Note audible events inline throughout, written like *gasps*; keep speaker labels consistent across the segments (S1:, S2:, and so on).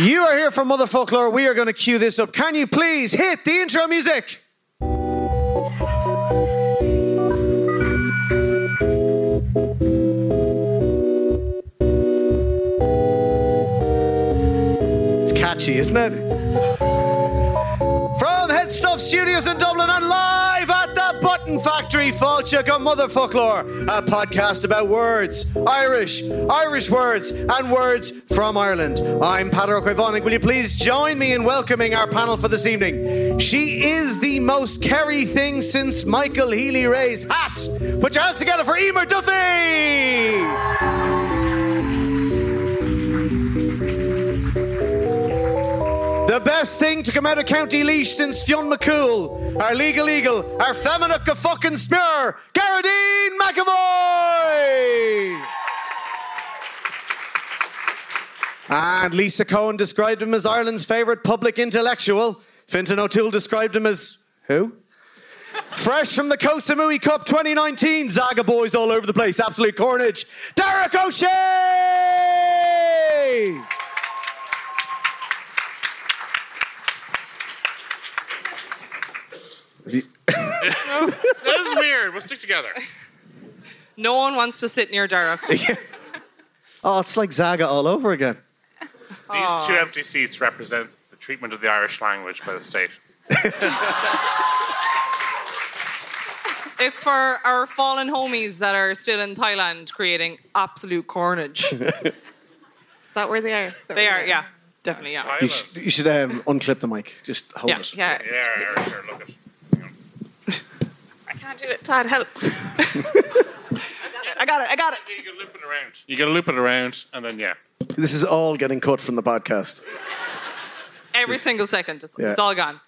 S1: You are here for Mother Folklore. We are going to cue this up. Can you please hit the intro music? It's catchy, isn't it? From Headstuff Studios in Dublin and live at the Button Factory, Falchuk on Mother Folklore, a podcast about words, Irish, Irish words, and words from Ireland. I'm Pater O'Quivonic. Will you please join me in welcoming our panel for this evening? She is the most Kerry thing since Michael Healy Ray's hat. Put your hands together for Emer Duffy! The best thing to come out of County Leash since Fionn McCool, our legal eagle, our feminine fucking spear, Geraldine McAvoy! And Lisa Cohen described him as Ireland's favourite public intellectual. Fintan O'Toole described him as who? Fresh from the Kosamui Cup 2019, Zaga boys all over the place, absolute carnage. Derek O'Shea!
S2: This is weird. We'll stick together.
S3: No one wants to sit near Dara.
S1: Oh, it's like Zaga all over again.
S2: These two empty seats represent the treatment of the Irish language by the state.
S3: It's for our fallen homies that are still in Thailand creating absolute carnage. Is that where they are? They are, yeah. Definitely, yeah.
S1: You should, you should um, unclip the mic. Just hold
S3: Yeah,
S1: it.
S3: yeah.
S2: Yeah, Irish are look at.
S3: I can't do it, Todd. Help. I got it. I got it.
S2: You can loop it around. You can loop it around, and then yeah.
S1: This is all getting cut from the podcast.
S3: Every single second. It's,
S1: Yeah.
S3: it's all gone.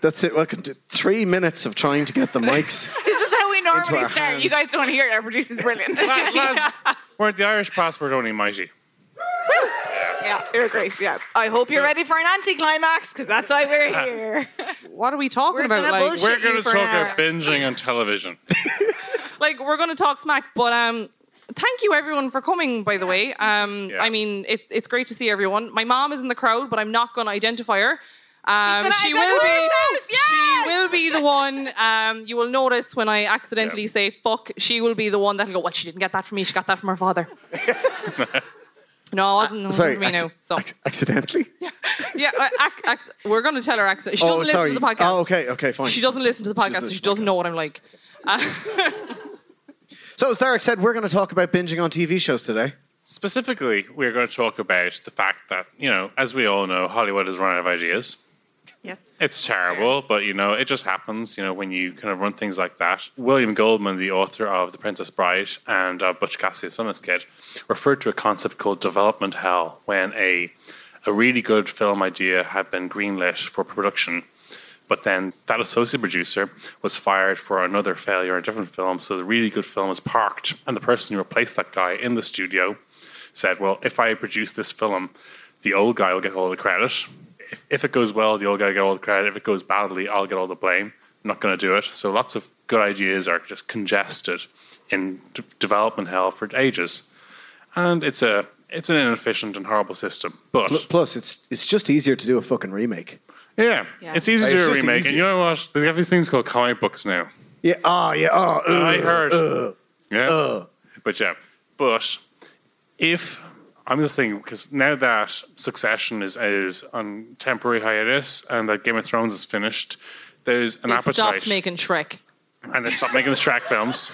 S1: That's it. Welcome to three minutes of trying to get the
S3: *laughs*
S1: mics.
S4: This is how we normally
S1: our
S4: start. You
S1: hands.
S4: guys don't hear it. Our producer's brilliant.
S2: Lad- Lads, weren't the Irish passport only mighty?
S4: *laughs* yeah, they're great. Yeah. I hope you're ready for an anticlimax because that's why we're here.
S3: What are we talking
S4: We're
S3: about?
S4: gonna
S3: Like,
S4: bullshit
S2: We're going
S4: you
S2: to
S4: for
S2: talk
S4: an hour.
S2: about binging on television.
S3: like we're gonna talk smack but um thank you everyone for coming by the way um
S2: Yeah.
S3: i mean it, it's great to see everyone my mom is in the crowd but i'm not gonna identify her um,
S4: gonna
S3: she
S4: identify
S3: will be
S4: herself, yes!
S3: she will be the one um, you will notice when I accidentally
S2: Yeah.
S3: say fuck she will be the one that'll go well she didn't get that from me she got that from her father no it wasn't, it wasn't
S1: Sorry,
S3: from me
S1: acc-
S3: no so
S1: acc- *laughs* accidentally.
S3: yeah uh, ac- ac- we're gonna tell her accident she
S1: oh,
S3: doesn't listen
S1: sorry.
S3: to the podcast
S1: Oh, okay, okay, fine.
S3: she doesn't listen to the podcast so
S1: listen
S3: she
S1: to the
S3: doesn't know what I'm like
S1: So, as Derek said, we're going to talk about binging on TV shows today.
S2: Specifically, we're going to talk about the fact that you know, as we all know, Hollywood has run out of ideas.
S4: yes.
S2: It's terrible, but you know, it just happens, you know, when you kind of run things like that. William Goldman, the author of The Princess Bride and uh, Butch Cassidy and the Sundance Kid, referred to a concept called development hell when a a really good film idea had been greenlit for production, but then that associate producer was fired for another failure in a different film, so the really good film was parked, and the person who replaced that guy in the studio said, "Well, if I produce this film, the old guy will get all the credit. If, if it goes well, the old guy will get all the credit. If it goes badly, I'll get all the blame. I'm not going to do it." So lots of good ideas are just congested in d- development hell for ages, and it's a it's an inefficient and horrible system. But
S1: Pl- Plus, it's it's just easier to do a fucking remake.
S2: yeah, it's easy
S1: It's
S2: to do a
S1: just
S2: remake.
S1: easy.
S2: And you know what? They have these things called comic books now.
S1: Yeah. Oh, yeah. Oh,
S2: I
S1: ugh,
S2: heard.
S1: ugh.
S2: Yeah. But yeah. But if I'm just thinking because now that Succession is is on temporary hiatus and that Game of Thrones is finished, there's an
S3: They
S2: appetite,
S3: stopped making Shrek.
S2: and they stopped making the Shrek
S3: *laughs*
S2: films.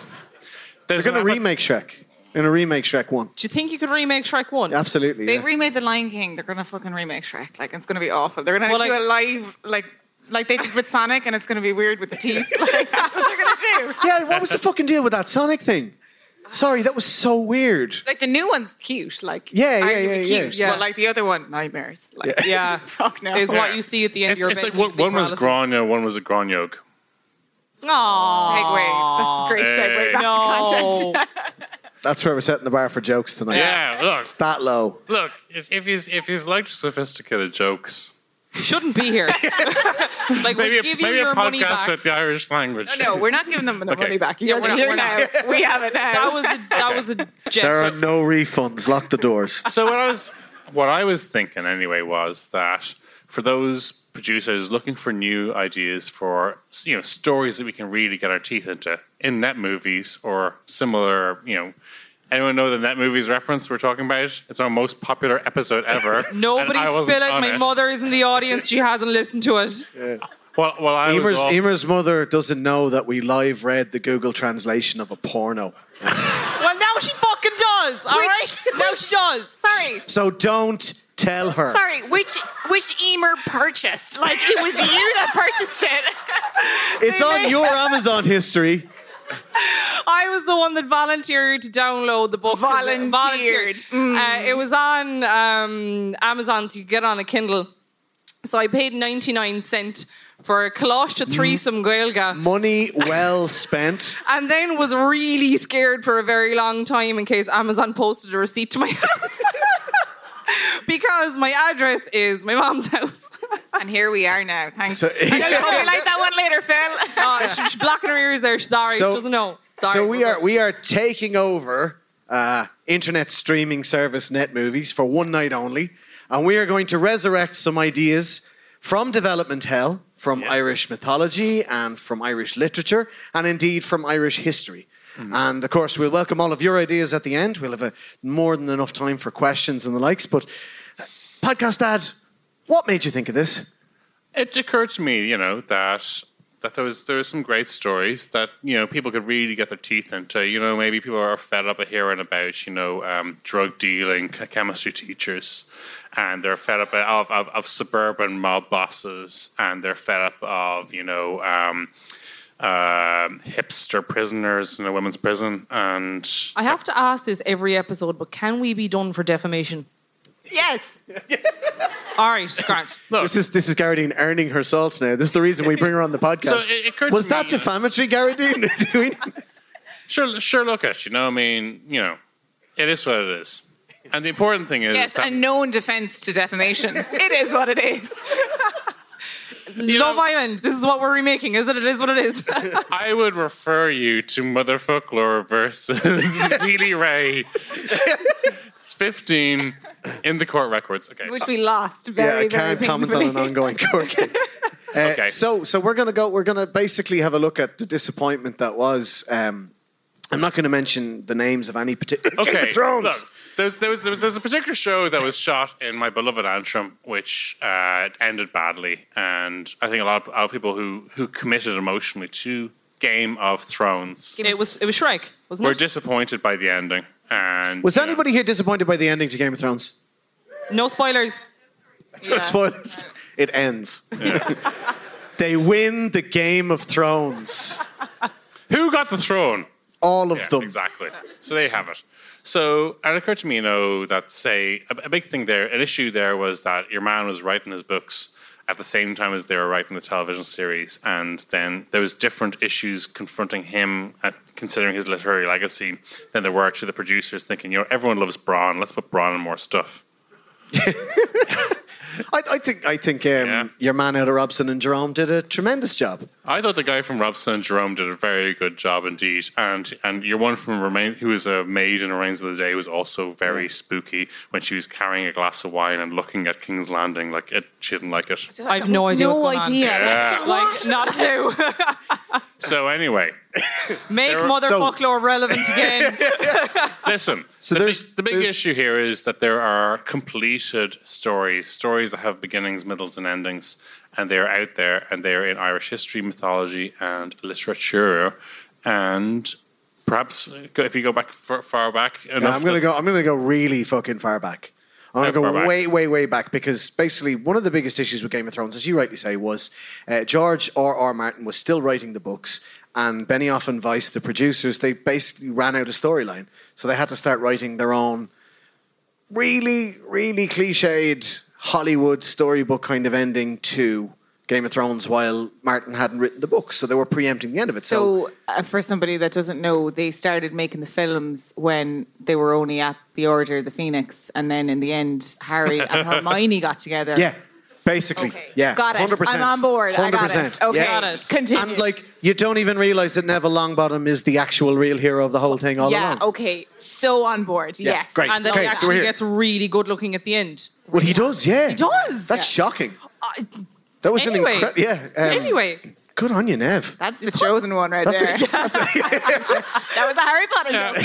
S2: There's
S1: They're going
S2: an
S1: to
S2: appe-
S1: remake Shrek. They're going to remake Shrek 1.
S3: Do you think you could remake Shrek One?
S1: Absolutely.
S4: They
S1: yeah.
S4: remade The Lion King. They're gonna fucking remake Shrek. Like it's gonna be awful. They're gonna
S3: Well,
S4: do
S3: like-
S4: a live like like they did with Sonic, and it's gonna be weird with the teeth. Like that's what they're gonna
S1: *laughs*
S4: do.
S1: yeah, what was the fucking deal with that Sonic thing? Sorry, that was so weird.
S4: Like the new one's cute. Like
S1: Yeah, yeah,
S4: arguably
S1: yeah, yeah.
S4: cute,
S3: Yeah.
S4: But like the other one, nightmares. Like
S3: Yeah,
S4: yeah, *laughs* fuck no.
S3: is
S2: Yeah.
S3: what you see at the end
S2: It's,
S3: of your
S2: it's like
S3: bed
S2: one,
S3: from
S2: one was
S3: sleep
S2: Grania, one was a Gronyog.
S3: paralysis.
S4: segue. That's a great segue
S2: Hey.
S4: back to content.
S3: Aww. No.
S1: That's where we're setting the bar for jokes tonight.
S2: Yeah, look,
S1: It's that low.
S2: look. It's, if he's if he's like sophisticated jokes,
S3: Shouldn't be here. like
S2: maybe
S3: we
S2: a,
S3: give you
S2: maybe a
S3: your money
S2: podcast
S3: back.
S2: with the Irish language.
S4: No, we're not giving them the money back. You
S3: Yeah,
S4: guys
S3: we're
S4: are
S3: not-
S4: here
S3: we're
S4: now.
S3: not.
S4: We have it now.
S3: That was
S2: *laughs*
S3: a, that was a gesture.
S1: no refunds. Lock the *laughs* doors.
S2: so what I was what I was thinking anyway was that for those producers looking for new ideas for you know stories that we can really get our teeth into in net movies or similar you know anyone know the net movies reference we're talking about it's our most popular episode ever
S3: *laughs* Nobody
S2: and I wasn't
S3: spit out.
S2: on
S3: My
S2: it.
S3: mother is in the audience. She hasn't listened to it.
S2: well, well I was
S1: Emer's,
S2: off-
S1: Emer's mother doesn't know that we live read the Google translation of a porno.
S3: Well, now she fucking does. All right,
S4: Which-
S3: now she does.
S4: sorry.
S1: So don't tell her.
S4: Sorry, which which Emer purchased? Like it was you that purchased it.
S1: It's
S4: *laughs*
S1: on your Amazon history.
S3: I was the one that volunteered to download the book. uh,
S4: Volunteered.
S3: Volunteered.
S1: Mm.
S3: Uh, it was on um, Amazon, so you could get it on a Kindle. So I paid 99 cent for Colossia
S1: Mm.
S3: Threesome Gaelga.
S1: Money well
S4: *laughs*
S1: spent.
S3: and then was really scared for a very long time in case Amazon posted a receipt to my *laughs* house. because my address is my mom's *laughs* house.
S4: And here we are now. Thanks.
S1: So-
S4: I know you'll be like that one later, Phil.
S3: Uh, she- she's blocking her ears there. She's sorry.
S1: So-
S3: she doesn't know. Sorry.
S1: so we are we are taking over uh, internet streaming service net movies for one night only, and we are going to resurrect some ideas from development hell, from Irish mythology and from Irish literature, and indeed from Irish history. And of course, we'll welcome all of your ideas at the end. We'll have a, more than enough time for questions and the likes. But uh, podcast ad, what made you think of this?
S2: it occurred to me, you know, that that there was there were some great stories that you know people could really get their teeth into. You know, maybe people are fed up of hearing about you know um, drug dealing ch- chemistry teachers, and they're fed up of, of of suburban mob bosses, and they're fed up of you know. Um, um hipster prisoners in a women's prison, and
S3: I have to ask this every episode, but can we be done for defamation?
S4: *laughs* yes.
S3: All right, Grant.
S1: This is this is Garadine earning her salts now. This is the reason we bring her on the podcast.
S2: *laughs* So it occurred to
S1: was
S2: me,
S1: that
S2: uh,
S1: defamatory,
S2: *laughs*
S1: Garadine? Do we-
S2: sure, sure, look at you know, I mean, you know, it is what it is, and the important thing is
S4: Yes,
S2: that
S4: a known defense to defamation. it is what it is.
S3: *laughs* Love Island. This is what we're remaking, is it? It is what
S1: *laughs*
S3: it is.
S2: I would refer you to Mother
S1: *laughs*
S2: Folklore versus Wheelie Ray. It's 15 in the court records. Okay.
S4: Which we lost
S1: yeah,
S4: very,
S1: I can't
S4: very
S1: comment on
S4: *laughs* painfully.
S1: an ongoing court case. Uh,
S2: Okay.
S1: So, so we're gonna go. We're gonna basically have a look at the disappointment that was. Um, I'm not going to mention the names of any particular *laughs*
S2: okay.
S1: Game of Thrones.
S2: Look, there's, there was, there was, there's a particular show that was shot in my beloved Antrim, which uh, ended badly. And I think a lot of, a lot of people who, who committed emotionally to Game of Thrones
S3: it was it was Shrek, wasn't
S2: were
S3: it?
S2: disappointed by the ending. And
S1: Was
S2: you know,
S1: anybody here disappointed by the ending to Game of Thrones?
S3: no spoilers.
S4: Uh,
S1: Spoilers. It ends. *laughs* they win the Game of Thrones.
S2: who got the throne?
S1: All of
S2: Yeah,
S1: them.
S2: Exactly. So they have it. So and it occurred to me, you know, that say a, a big thing there, an issue there was that your man was writing his books at the same time as they were writing the television series, and then there was different issues confronting him at considering his literary legacy than there were to the producers thinking, you know, everyone loves Braun, let's put Braun in more stuff.
S1: I, I think I think um,
S2: Yeah.
S1: your man out of Robson and Jerome did a tremendous job.
S2: I thought the guy from Robson and Jerome did a very good job indeed, and and your one from Remain, who was a maid in Remains of the Day, was also very spooky when she was carrying a glass of wine and looking at King's Landing like it, she didn't like it.
S3: I have no idea.
S5: no
S3: what's going *laughs*
S5: idea.
S3: On. Like not a clue.
S2: So anyway,
S3: *laughs* Make
S2: There-
S3: mother
S1: so-
S3: folklore relevant
S1: *laughs*
S3: again.
S2: listen.
S1: So
S2: the
S1: there's-
S2: big, the big
S1: there's-
S2: issue here is that there are completed stories, stories that have beginnings, middles, and endings, and they are out there, and they are in Irish history, mythology, and literature, and. Perhaps if you go back far, far back, enough
S1: I'm gonna
S2: that-
S1: go. I'm gonna go really fucking far back. I'm
S2: How
S1: gonna
S2: far
S1: go
S2: back?
S1: way, way, way back because basically one of the biggest issues with Game of Thrones, as you rightly say, was uh, George R. R. Martin was still writing the books, and Benioff and Weiss, the producers, they basically ran out of storyline, so they had to start writing their own really, really cliched Hollywood storybook kind of ending to Game of Thrones, while Martin hadn't written the book, so they were preempting the end of it.
S5: So, uh, for somebody that doesn't know, they started making the films when they were only at the Order of the Phoenix, and then in the end,
S1: *laughs*
S5: Harry and Hermione got together.
S1: Yeah, basically. Yeah,
S5: Got it.
S1: 100%.
S5: I'm on board. I got it.
S1: 100%.
S5: Okay.
S1: Yeah.
S3: Got it.
S5: Continue.
S1: And like, you don't even realize that Neville Longbottom is the actual real hero of the whole thing all
S5: yeah.
S1: along.
S5: Okay. So on board. Yes.
S1: great.
S3: and then
S1: Okay,
S3: he
S1: so
S3: actually
S1: we're here.
S3: gets really good looking at the end.
S1: Well, he does. Yeah, he
S3: does.
S1: That's shocking. That was
S3: Anyway.
S1: an incredible. Yeah. um,
S3: Anyway,
S1: Good on you, Nev.
S5: That's the chosen one
S1: *laughs*
S5: right there. *laughs* that was a Harry Potter joke.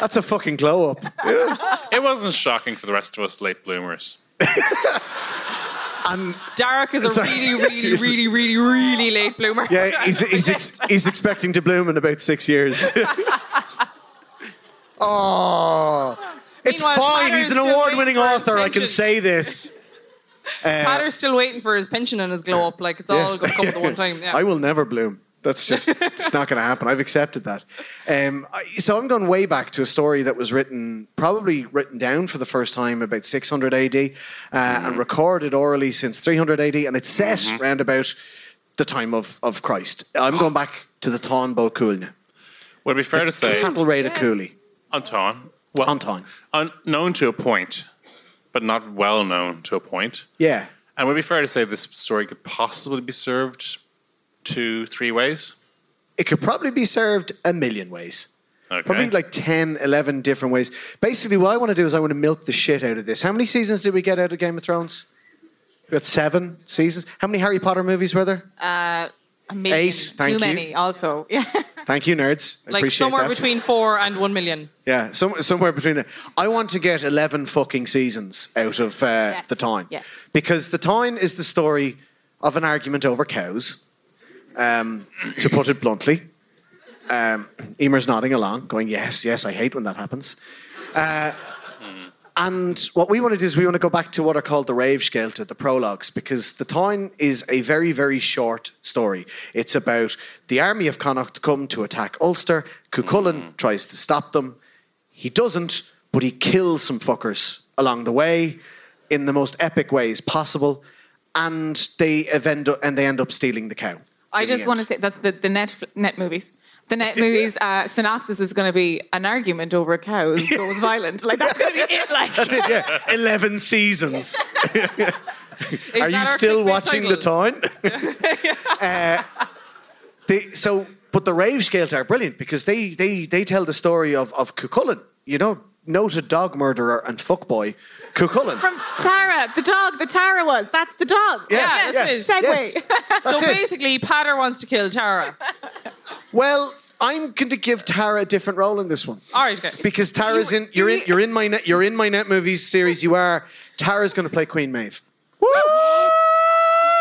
S1: That's a fucking glow
S5: *laughs*
S1: up.
S2: It wasn't shocking for the rest of us late bloomers.
S3: Derek is a
S1: Sorry.
S3: really, really, really, really,
S5: *laughs*
S3: really late bloomer.
S1: Yeah, he's he's, ex- he's expecting to bloom in about six
S5: *laughs*
S1: years. *laughs* oh, it's
S3: Meanwhile,
S1: fine.
S3: Potter's
S1: He's an
S3: still
S1: award-winning
S3: waiting for his
S1: author. I can
S3: pension.
S1: say this. uh,
S3: Patter's still waiting for his pension and his glow up. Like it's all going to come at
S1: *laughs*
S3: the one time. Yeah.
S1: I will never bloom. That's just it's not going to happen. I've accepted that. Um, I, so I'm going way back to a story that was written, probably written down for the first time about 600 AD, uh,
S2: Mm-hmm.
S1: and recorded orally since 300 AD, and it's set round about the time of, of Christ. I'm going back to the Tawn Boculne,
S2: Would it be fair to say,
S1: cattle raid of Cooley,
S2: Anton, well,
S1: Anton.
S2: un- known to a point, but not well known to a point.
S1: Yeah,
S2: And would it be fair to say this story could possibly be served two, three ways?
S1: it could probably be served a million ways.
S2: Okay.
S1: Probably like 10, 11 different ways. Basically, what I want to do is I want to milk the shit out of this. How many seasons did we get out of Game of Thrones? We got seven seasons. How many Harry Potter movies were there?
S3: Uh,
S5: A million.
S1: Eight, thank you.
S5: Too many. Also. Yeah.
S1: Thank you, nerds. I
S3: like
S1: appreciate
S3: somewhere
S1: that.
S3: between four and one million.
S1: Yeah, some, somewhere between it. I want to get 11 fucking seasons out of uh,
S5: Yes,
S1: The Tyne.
S5: yes.
S1: Because The Tyne is the story of an argument over cows, um, to put it bluntly. Um, Emer's nodding along, going, Yes, yes, I hate when that happens. Uh, and what we want to do is we want to go back to what are called the rave scale to the prologues, because The Tyne is a very, very short story. It's about the army of Connacht come to attack Ulster. Cuchulainn tries to stop them. He doesn't, but he kills some fuckers along the way in the most epic ways possible, and they end up, and they end up stealing the cow.
S5: I
S1: in the
S5: just want to
S1: end.
S5: say that the, the net net movies. The net movies uh, synopsis is going to be an argument over cows
S1: *laughs*
S5: goes violent. Like that's going to be it. Like
S1: That's it, *laughs* yeah. 11
S3: *laughs*
S1: seasons.
S3: Is
S1: Are
S3: that
S1: you
S3: our
S1: still
S3: clickbait
S1: watching
S3: title?
S1: The Town? *laughs* Uh,
S3: *laughs*
S1: they- so, but the rave scales are brilliant because they they they tell the story of of Cuchulainn, you know, noted dog murderer and fuckboy, Cuchulainn.
S5: from Tara, the dog. The Tara was. That's the dog.
S3: yeah, that's
S5: it. Segue.
S3: *laughs*
S1: That's
S3: so
S1: it.
S3: basically, Patter wants to kill Tara.
S1: Well, I'm going to give Tara a different role in this one.
S3: All right, guys.
S1: Because Tara's in you're in you're in my net you're in my net movies series. You are Tara's going to play Queen Maeve.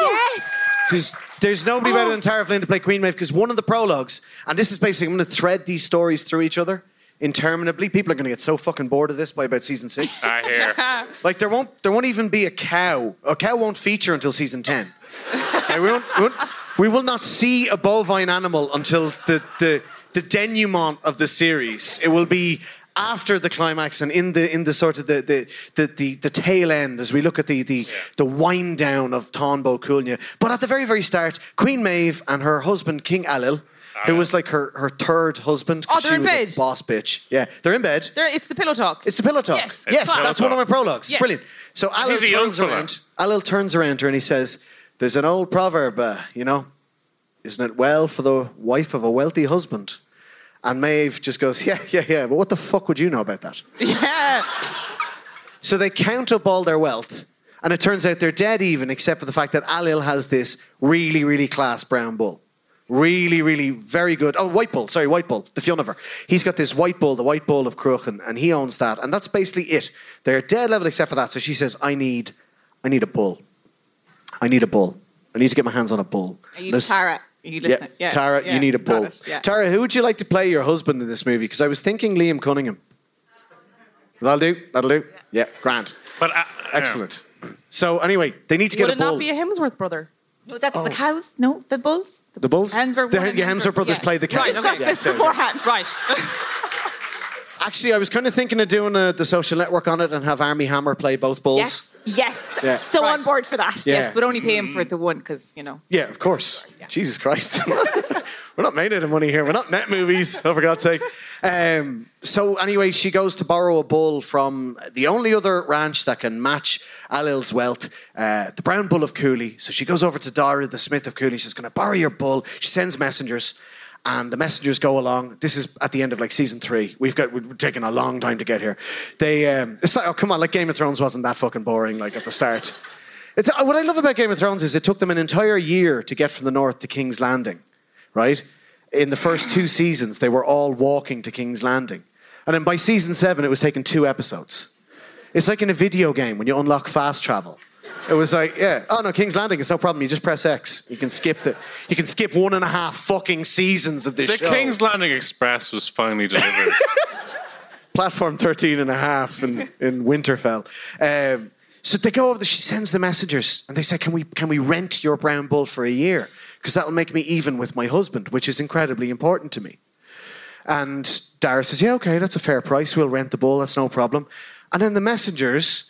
S5: Yes.
S1: Because there's nobody better than Tara Flynn to play Queen Maeve. Because one of the prologues, and this is basically I'm going to thread these stories through each other interminably. People are going to get so fucking bored of this by about season six.
S2: I hear.
S1: like there won't there won't even be a cow. A cow won't feature until season ten. Like, we, won't, we, won't, we will not see a bovine animal until the, the the denouement of the series. It will be after the climax and in the in the sort of the the the, the, the tail end as we look at the the, the wind down of Tán Cuilne. But at the very very start, Queen Maeve and her husband King Alil, who was like her her third husband. 'cause
S3: Ah, Oh, they're
S1: she
S3: in
S1: was a
S3: bed.
S1: boss bitch. Yeah, they're in bed.
S3: There, it's the pillow talk.
S1: It's the pillow talk.
S3: Yes.
S1: Yes,
S3: It's pillow
S1: that's
S2: talk.
S1: one of my prologues.
S3: Yes.
S1: Brilliant. So Alil
S2: He's a young
S1: turns
S2: fella.
S1: around. Alil turns around to her and he says, "There's an old proverb, uh, you know, Isn't it well for the wife of a wealthy husband? And Maeve just goes, Yeah, yeah, yeah, but what the fuck would you know about that?
S3: Yeah.
S1: So they count up all their wealth, and it turns out they're dead even, except for the fact that Alil has this really, really class brown bull. Really, really very good. Oh, white bull, sorry, white bull, the Fionnifer. He's got this white bull, the white bull of Cruachan, and he owns that, and that's basically it. They're dead level except for that. So she says, I need I need a bull. I need a bull. I need to get my hands on a bull.
S5: You,
S1: There's-
S5: Tara, you listen. Yeah,
S1: Tara,
S5: yeah,
S1: you need a
S5: got
S1: bull.
S5: it, yeah.
S1: Tara, who would you like to play your husband in this movie? Because I was thinking Liam Cunningham. That'll do. That'll do. Yeah, grand.
S2: But uh,
S1: Excellent. So anyway, they need to get
S3: Would
S1: a
S3: it
S1: bull. Oh.
S3: not be a Hemsworth brother?
S5: No, that's the cows. No, the bulls.
S1: the bulls?
S5: Hemsworth.
S1: the,
S5: one
S1: Hem-
S5: and
S1: yeah, Hemsworth brothers
S5: yeah.
S1: played the
S3: Right,
S1: cats.
S3: okay.
S1: Yeah,
S5: Discuss this
S1: so-
S5: beforehand.
S3: Right.
S1: Actually, I was kind of thinking of doing uh, the social network on it and have Army Hammer play both bulls.
S5: Yes.
S4: Yes.
S1: Yeah.
S4: So
S3: Right.
S4: on board for that.
S1: Yeah.
S5: Yes, but only pay him
S3: Mm.
S5: for the one because you know.
S1: Yeah, of course. Jesus Christ. *laughs* We're not made out of money here. We're not net movies, *laughs* oh, for God's sake. Um, so, anyway, she goes to borrow a bull from the only other ranch that can match Alil's wealth, uh, the brown bull of Cooley. So, she goes over to Dara, the smith of Cooley. She's going to borrow your bull. She sends messengers. And the messengers go along. This is at the end of like season three. We've got we're taking a long time to get here. They um, it's like oh come on, like Game of Thrones wasn't that fucking boring like at the start. It's, uh, what I love about Game of Thrones is it took them an entire year to get from the north to King's Landing, right? In the first two seasons, they were all walking to King's Landing. And then by season seven, it was taking two episodes. It's like in a video game when you unlock fast travel. It was like, yeah, oh no, King's Landing, it's no problem. You just press X. You can skip the, you can skip one and a half fucking seasons of this
S2: the
S1: show.
S2: King's Landing Express
S1: *laughs*
S2: was finally delivered.
S1: platform 13 and a half in, in Winterfell. Um, so they go over, the, she sends the messengers and they say, can we, can we rent your brown bull for a year? Because that'll make me even with my husband, which is incredibly important to me. And Dara says, yeah, okay, that's a fair price. We'll rent the bull, that's no problem. And then the messengers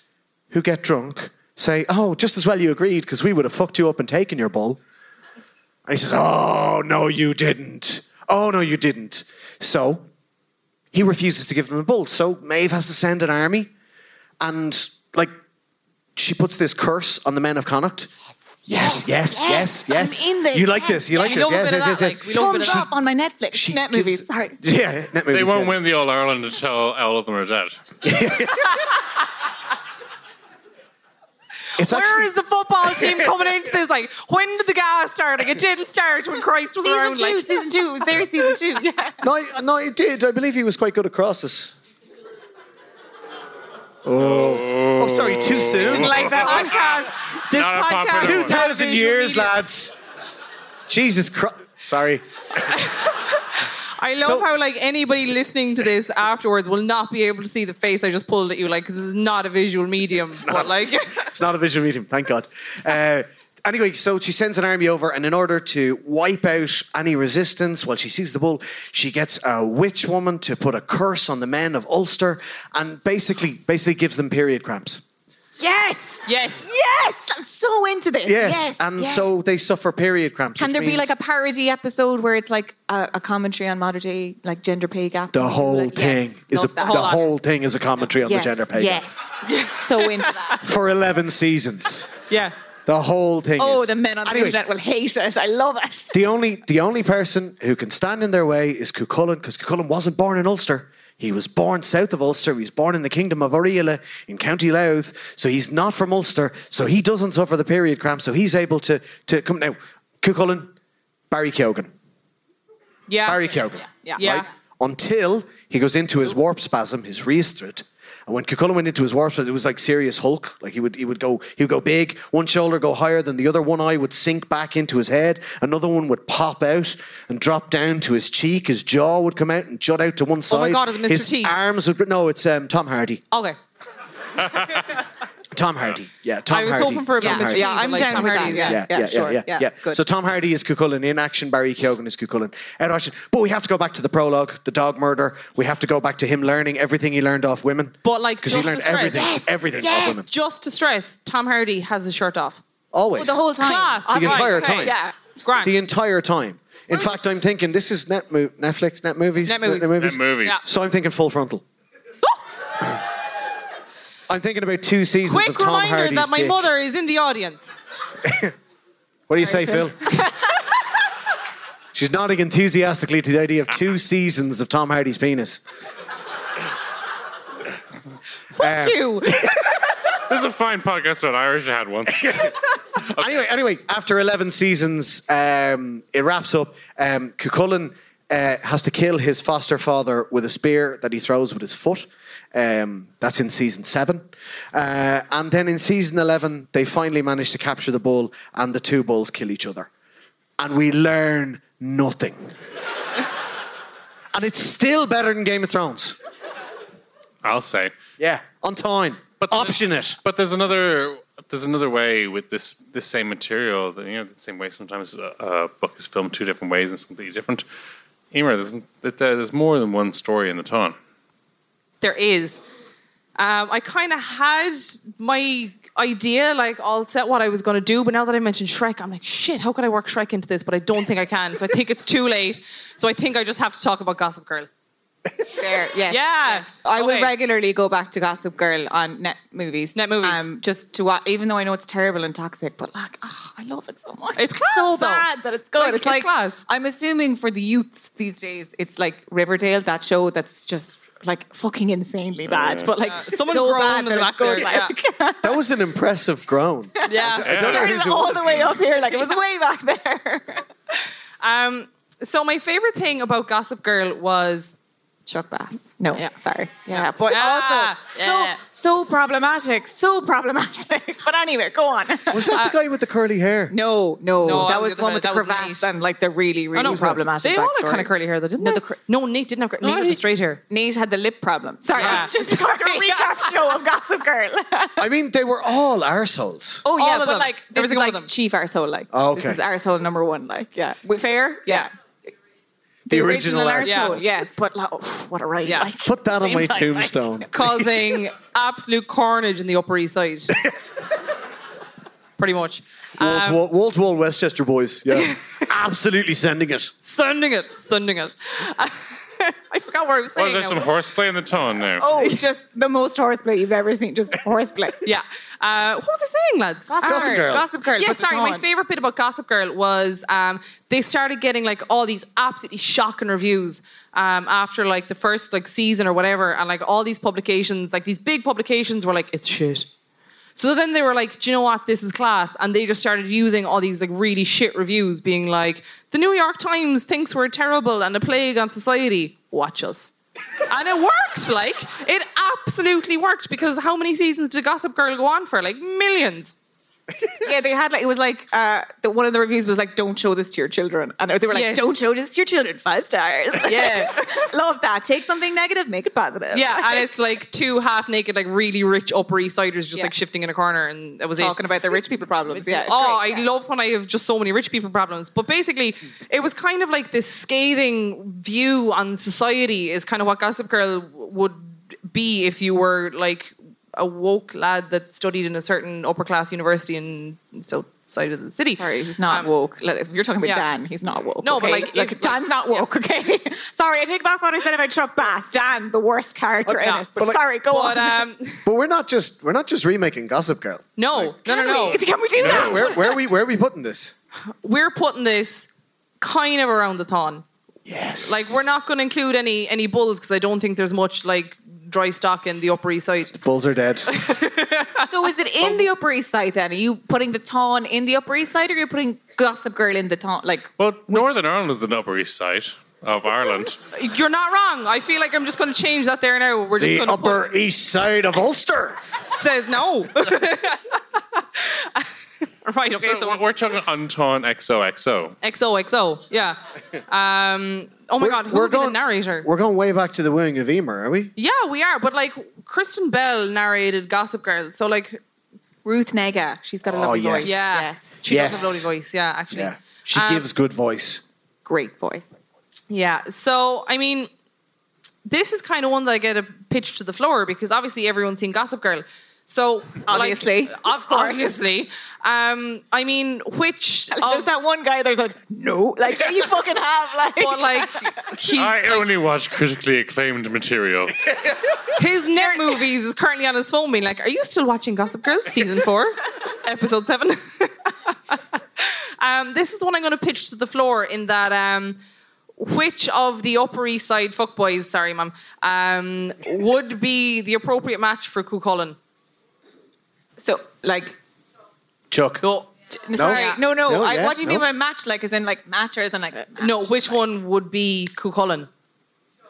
S1: who get drunk say, oh, just as well you agreed because we would have fucked you up and taken your bull. And he says, oh, no, you didn't. Oh, no, you didn't. So he refuses to give them the bull. So Maeve has to send an army, and like she puts this curse on the men of Connacht. Yes, yes, yes, yes.
S4: I'm in there,
S1: You like
S4: yes.
S1: this? You like
S3: We
S1: this?
S3: love a
S1: Yes,
S3: bit of
S1: yes, yes,
S3: that,
S1: yes.
S3: like, we love a bit of
S5: Thumbs
S3: that.
S5: up on my Netflix.
S1: She
S5: Net
S1: gives-
S5: movies. Sorry.
S1: Yeah, net movies.
S2: they won't
S1: yeah.
S2: win the All Ireland until all of them are dead.
S1: It's
S3: Where
S1: actually
S3: is the football
S1: *laughs*
S3: team coming into this? Like, when did the gas start? Like, it didn't start when Christ was
S5: Season
S3: around.
S5: two.
S3: Like,
S5: Season two. It was there. Season two. *laughs* Yeah.
S1: no, I- no, it did. I believe he was quite good at crosses. Oh, oh, sorry, too soon.
S3: like that podcast. This
S2: Not a popular
S3: podcast.
S1: Two
S2: one.
S1: thousand
S3: Visual
S1: years,
S3: media.
S1: lads. Jesus Christ. Sorry.
S3: I love
S1: So-
S3: how like anybody listening to this afterwards will not be able to see the face I just pulled at you, like because this is not a visual medium. But like, *laughs*
S1: It's not a visual medium, thank God. Uh, anyway, so she sends an army over, and in order to wipe out any resistance while she sees the bull, she gets a witch woman to put a curse on the men of Ulster, and basically, basically gives them period cramps.
S4: Yes.
S3: yes,
S4: Yes. I'm so into this.
S1: Yes,
S5: Yes,
S1: and
S5: yes.
S1: so they suffer period cramps.
S5: Can
S1: which
S5: there be
S1: means
S5: like a parody episode where it's like a, a commentary on modern day like gender pay gap?
S1: the
S5: Would you
S1: whole
S5: like-
S1: thing
S5: Yes,
S1: is a,
S5: love
S1: the
S5: that.
S1: whole thing is a commentary on
S5: yes,
S1: the gender pay gap
S5: Yes. so
S1: *laughs*
S5: into that.
S1: for eleven
S5: *laughs*
S1: seasons.
S3: yeah.
S1: The whole thing.
S5: Oh,
S1: is.
S5: the men on the
S1: Anyway,
S5: internet will hate it. I love it.
S1: The only the only person who can stand in their way is Cuchulainn, because Cuchulainn wasn't born in Ulster. He was born south of Ulster. He was born in the kingdom of Oriela in County Louth. So he's not from Ulster. So he doesn't suffer the period cramp. So he's able to to come now. Cuchulainn, Barry Keoghan,
S3: Yeah.
S1: Barry Keoghan.
S5: yeah.
S3: Yeah.
S1: Right? Until he goes into his warp spasm, his reestrid. And when Cuchulainn went into his warp spasm, it was like serious Hulk. Like he would, he would go, he would go big. One shoulder go higher than the other. One eye would sink back into his head. Another one would pop out and drop down to his cheek. His jaw would come out and jut out to one side.
S3: Oh God, it's Mr.
S1: His
S3: T.
S1: arms would. No, it's um, Tom Hardy.
S3: Okay.
S1: Tom Hardy. Yeah, Tom
S3: I was
S1: Hardy.
S3: hoping for a bit
S1: Tom
S3: of Mr.
S1: Hardy.
S3: T,
S5: Yeah,
S3: but,
S5: I'm
S3: like,
S5: down
S3: Tom
S5: with
S3: Hardy,
S5: that,
S3: yeah.
S1: yeah,
S5: Yeah,
S1: yeah,
S5: sure.
S1: yeah, yeah.
S5: Yeah, good.
S1: So Tom Hardy is Cuchulainn in action. Barry Keoghan is Cuchulainn out of action. But we have to go back to the prologue, the dog murder. We have to go back to him learning everything he learned off women.
S3: But, like,
S1: because he
S3: just
S1: learned
S3: to stress-
S1: everything,
S3: Yes,
S1: everything off women,
S3: Just to stress, Tom Hardy has his shirt off.
S1: always
S5: The whole time.
S3: Class.
S1: The
S3: Right,
S1: entire
S3: okay.
S1: time.
S5: Yeah.
S3: Grant.
S1: The entire time. In fact, I'm thinking this is net mo- Netflix, net movies,
S3: Net movies.
S2: Net movies.
S3: Yeah.
S1: So I'm thinking full
S3: *gasps*
S1: frontal. I'm thinking about two seasons of
S3: Quick
S1: Tom
S3: reminder
S1: Hardy's
S3: that my
S1: dick.
S3: mother is in the audience.
S1: What do you say, Phil? She's nodding enthusiastically to the idea of two seasons of Tom Hardy's penis. Fuck
S3: You.
S2: This is a fine podcast about Irish I
S1: *laughs*
S2: had once.
S1: Anyway, anyway, after eleven seasons, um, it wraps up. Um, Cuchulainn uh, has to kill his foster father with a spear that he throws with his foot. Um, that's in season seven, uh, and then in season eleven, they finally manage to capture the bull, and the two bulls kill each other, and we learn nothing. *laughs* and it's still better than Game of Thrones.
S2: I'll say.
S1: Yeah, on time, but option *laughs* it.
S2: But there's another there's another way with this this same material. that, You know, the same way sometimes a, a book is filmed two different ways and it's completely different. Anyway, there's that there- there's more than one story in the ton.
S3: there is. Um, I kind of had my idea like all set what I was going to do, but now that I mentioned Shrek, I'm like, shit, how could I work Shrek into this? But I don't think I can, so I think it's too late. So I think I just have to talk about Gossip Girl.
S5: Fair. Yes.
S3: Yes.
S5: I will
S3: Okay.
S5: regularly go back to Gossip Girl on net movies. um,
S3: Net movies.
S5: just to watch, even though I know it's terrible and toxic, but like, oh, I love it so much.
S3: It's
S5: so
S3: class,
S5: bad
S3: though.
S5: that it's good.
S3: Like,
S5: it's
S3: it's
S5: like
S3: class.
S5: I'm assuming for the youths these days, it's like Riverdale, that show that's just like fucking insanely bad, but like
S3: Someone
S5: so
S3: groaned
S5: bad
S3: in
S5: that
S3: the
S5: it's
S3: back
S5: good.
S3: there, yeah.
S5: *laughs* Like,
S1: That was an impressive groan. *laughs*
S3: Yeah.
S1: I don't know
S5: Heard
S1: who's
S5: it
S1: who
S5: all
S1: was.
S5: the way up here, like it was way back there.
S3: Um, so my favorite thing about Gossip Girl was
S5: Chuck Bass. No, yeah, sorry. *laughs* Yeah, but um,
S3: Ah,
S5: also
S3: yeah.
S5: so so problematic, so problematic. *laughs* But anyway, go on.
S1: Was that the guy with the curly hair?
S5: No, no, Oh,
S3: No, I
S5: that
S3: was
S5: was the
S3: gonna-
S5: one with the
S3: that was
S5: cravats
S3: Nate.
S5: and like the really, really
S3: no,
S5: problematic.
S3: they all had
S5: backstory.
S3: kind of curly hair though, didn't
S5: No,
S3: they?
S5: the cr-
S3: no, Nate didn't have curly. Nate was the straight hair.
S5: Nate had the lip problem. Sorry,
S3: Yeah.
S5: it's just a recap show of Gossip *laughs* Girl.
S1: I mean, they were all arseholes.
S5: oh
S3: All
S5: yeah,
S3: of
S5: but
S3: them.
S5: like this
S3: Every
S5: is
S3: single one
S5: like
S3: of them.
S5: chief arsehole. Like
S1: Oh, okay.
S5: this is arsehole number one. Like yeah, We- fair. Yeah,
S1: the, original, arsehole.
S3: arsehole.
S5: arsehole. Yes, but like, oh, oof, what a right.
S3: Yeah.
S5: Like,
S1: Put that on
S5: same
S1: my
S5: time, like-
S1: tombstone.
S3: *laughs* causing absolute carnage in the Upper East *laughs* Side. Pretty much.
S1: Wall to wall- wall to wall Westchester boys. Yeah, absolutely sending it.
S3: Sending it, sending it. *laughs* I forgot where I was saying.
S2: Was there
S3: now.
S2: some horseplay in the ton now?
S5: Oh, just the most horseplay you've ever seen. Just horseplay.
S3: Yeah. Uh, what was I saying, lads?
S1: Gossip Girl.
S5: Gossip Girl.
S3: Yeah,
S5: but
S3: sorry.
S5: go
S3: My
S5: on.
S3: favorite bit about Gossip Girl was um, they started getting like all these absolutely shocking reviews um, after like the first like season or whatever, and like all these publications, like these big publications, were like it's shit. So then they were like, do you know what? This is class, and they just started using all these like really shit reviews, being like, the New York Times thinks we're terrible and a plague on society. Watch us. *laughs* And it worked, like it absolutely worked because how many seasons did Gossip Girl go on for? Like millions.
S5: *laughs* Yeah, they had like it was like uh, the, one of the reviews was like, "Don't show this to your children," and they were like,
S3: Yes.
S5: "Don't show this to your children." Five stars.
S3: Yeah.
S5: *laughs* love that. Take something negative, make it positive.
S3: Yeah, and it's like two half naked, like really rich Upper East Siders just
S5: Yeah.
S3: like shifting in a corner, and that was it.
S5: talking about the rich people problems. Yeah. it's
S3: Oh,
S5: great,
S3: I
S5: yeah.
S3: love when I have just so many rich people problems. But basically, it was kind of like this scathing view on society is kind of what Gossip Girl would be if you were like a woke lad that studied in a certain upper class university in south side of the city.
S5: Sorry, he's not
S3: Um,
S5: woke. Like, You're talking about
S3: yeah.
S5: Dan. He's not woke.
S3: No, but,
S5: okay?
S3: like, if-
S5: Dan's not woke. Okay. *laughs* sorry, I take back what I said about Chuck Bass. Dan, the worst character in
S3: no,
S5: it. But,
S1: but, like-
S5: sorry, go
S3: But
S5: on. *laughs*
S3: um,
S1: But we're not just we're not just remaking Gossip Girl.
S3: no, no, no, no.
S5: Can we do that?
S1: Where, where are we where are we putting this?
S3: We're putting this kind of around the thon.
S1: Yes.
S3: Like we're not going to include any any bulls because I don't think there's much like dry stock in the Upper East Side.
S1: bulls are dead.
S5: So is it in the Upper East Side then? Are you putting the Ton in the Upper East Side, or are you putting Gossip Girl in the Ton? Like,
S2: well, Northern Ireland is the Upper East Side of Ireland.
S3: You're not wrong. I feel like I'm just going to change that there now. We're just
S1: the
S3: going to
S1: Upper East Side of Ulster.
S3: says no. *laughs* right. Okay.
S2: so
S3: So,
S2: we're- we're talking Unton XOXO.
S3: XOXO. Yeah. Um. Oh my God. Who would be the narrator?
S1: We're going way back to the wooing of Emer, are we?
S3: Yeah, we are. But like, Kristen Bell narrated Gossip Girl, so like,
S5: Ruth Nega. She's got a lovely
S1: Oh, yes.
S5: voice.
S3: yeah,
S5: Yes.
S3: she
S1: Yes.
S3: does have a lovely voice. Yeah, actually.
S1: Yeah. She gives good voice.
S5: Great voice.
S3: Yeah. So, I mean, this is kind of one that I get a pitch to the floor because obviously everyone's seen Gossip Girl. So, like,
S5: Obviously.
S3: ob- obviously. Um, I mean, which
S5: There's
S3: of,
S5: that one guy there's like, no, like yeah, you fucking have like
S3: but like he's,
S2: I only watch critically acclaimed material.
S3: his net movies is currently on his phone being
S4: *laughs*
S3: like, "Are you still watching Gossip Girl season four, episode seven? *laughs* Um, this is one I'm going to pitch to the floor in that. Um, which of the Upper East Side fuckboys, sorry, mum, um, would be the appropriate match for Cucullin?
S5: So, like,
S1: Chuck.
S3: No.
S5: no. sorry,
S3: Yeah.
S5: no, no.
S1: No,
S5: I,
S1: yeah,
S5: what do you mean
S1: no.
S5: by match? Like, as in like match or as in like match?
S3: No, which one would be Cucullin?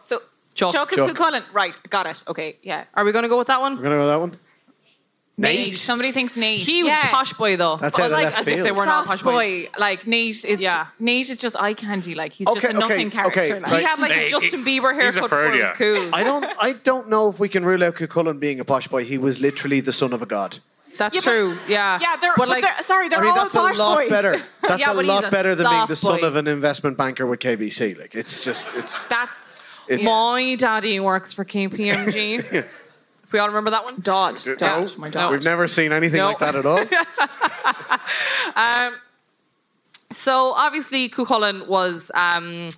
S5: So
S3: Chuck.
S5: Chuck, is
S1: Chuck.
S5: Cucullin. Right, got it. Okay, yeah.
S3: Are we going to go with that one?
S1: We're gonna go with that one.
S5: Nate. Somebody thinks Nate.
S3: He was a posh boy, though.
S1: That's
S5: Or
S1: out of
S5: like
S1: left
S5: as
S1: field.
S5: if they were not posh
S3: Soft
S5: boy. Like Nate is.
S3: Yeah.
S5: Nate is just eye candy. Like he's
S1: Okay,
S5: just a nothing
S1: okay,
S5: character.
S1: okay,
S5: like.
S3: he
S1: right.
S3: had like a
S2: Mate,
S3: Justin
S2: he-
S3: Before
S2: he's
S3: haircut
S2: a
S3: before it was
S2: Ferdia.
S3: cool.
S1: I don't. I don't know if we can rule out Cucullin being a posh boy. He was literally the son of a god.
S3: That's
S4: Yeah, but-
S3: true. Yeah.
S4: Yeah, they're,
S3: but like
S4: they're sorry, they're
S1: I mean,
S4: all
S1: that's a
S4: posh
S1: lot
S3: *laughs*
S4: boys.
S1: better. That's
S3: Yeah,
S1: a
S3: but he's
S1: lot
S3: a
S1: better than being the
S3: soft
S1: son
S3: boy.
S1: of an investment banker with KBC. Like, it's just, it's.
S5: That's
S1: it's
S3: my daddy works for KPMG. if we all remember that one.
S5: Dodd. Dodd. My Dodd.
S1: We've never seen anything
S3: No.
S1: like that at
S3: *laughs*
S1: all.
S3: So obviously, Cuchulainn was um,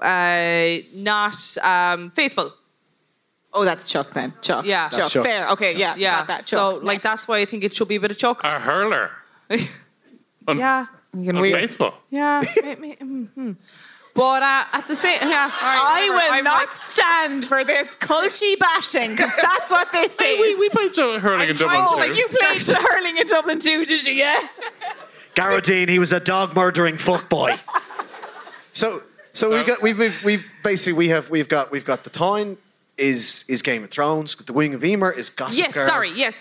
S3: uh, not um, faithful.
S5: Oh, that's Chuck then. Chuck.
S3: Yeah.
S5: Chuck.
S1: Chuck.
S5: Fair. Okay. Yeah.
S3: Yeah.
S5: Got that.
S3: so
S5: Chuck.
S3: like
S5: Next.
S3: that's why I think it should be a bit
S5: *laughs*
S3: of choke.
S2: A hurler. Un-
S3: yeah.
S2: Unfaithful.
S3: Yeah. ma- ma- mm, mm. But uh, at the same, yeah. All right,
S4: I
S3: whatever.
S4: will
S3: I'm
S4: not
S3: like-
S4: stand for this culty bashing 'cause that's what they say.
S2: We, we played so hurling in Dublin
S4: oh,
S2: too.
S4: you played hurling in Dublin too, did you? Yeah.
S1: Garrodine, he was a dog murdering fuckboy. so, so
S2: So-
S1: we've got we've, we've we've basically we have we've got we've got the town is is Game of Thrones. The Wing of Emer is Gossip
S3: Yes,
S1: Girl.
S3: sorry, yes.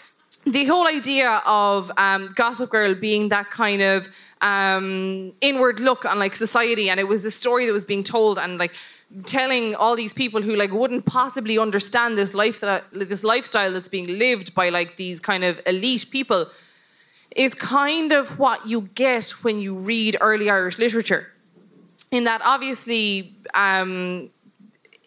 S3: The whole idea of um, Gossip Girl being that kind of um, inward look on like society, and it was the story that was being told, and like telling all these people who like wouldn't possibly understand this life that this lifestyle that's being lived by like these kind of elite people is kind of what you get when you read early Irish literature. In that, obviously, um,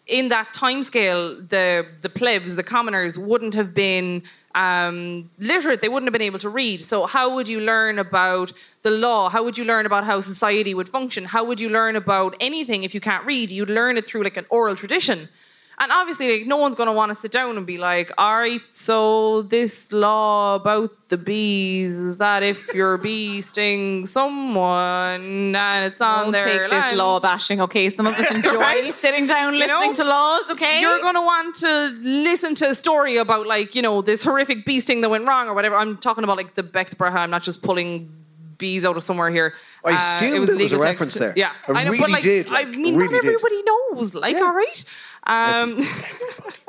S3: in that time scale, the the plebs, the commoners, wouldn't have been um, literate. They wouldn't have been able to read. So how would you learn about the law? How would you learn about how society would function? How would you learn about anything if you can't read? You'd learn it through like an oral tradition. And obviously, like, no one's going to want to sit down and be like, all right, so this law about the bees is that if your bee *laughs* stings someone and it's
S5: Don't
S3: on their
S5: take this
S3: land,
S5: law bashing. Okay. Some
S3: *laughs*
S5: of us enjoy
S3: Right?
S5: sitting down,
S3: know?
S5: listening to laws. Okay.
S3: you're going to want to listen to a story about like you know this horrific bee sting that went wrong or whatever. I'm talking about like the Beth Braha. I'm not just pulling bees out of somewhere here. Uh,
S1: I assumed there was
S3: legal
S1: a reference there.
S3: Yeah,
S1: I really
S3: but, like,
S1: did,
S3: I
S1: like,
S3: mean,
S1: really
S3: not
S1: did.
S3: everybody knows. Like, all right. Um, *laughs*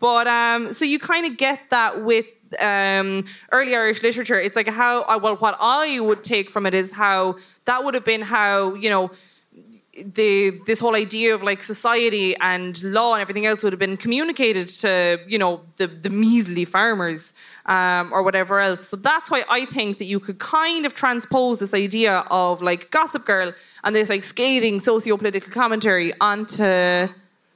S3: but um, so you kind of get that with um, early Irish literature. It's like how uh, well what I would take from it is how that would have been how you know the this whole idea of like society and law and everything else would have been communicated to you know the the measly farmers um, or whatever else. So that's why I think that you could kind of transpose this idea of like Gossip Girl and this like scathing socio-political commentary onto. oh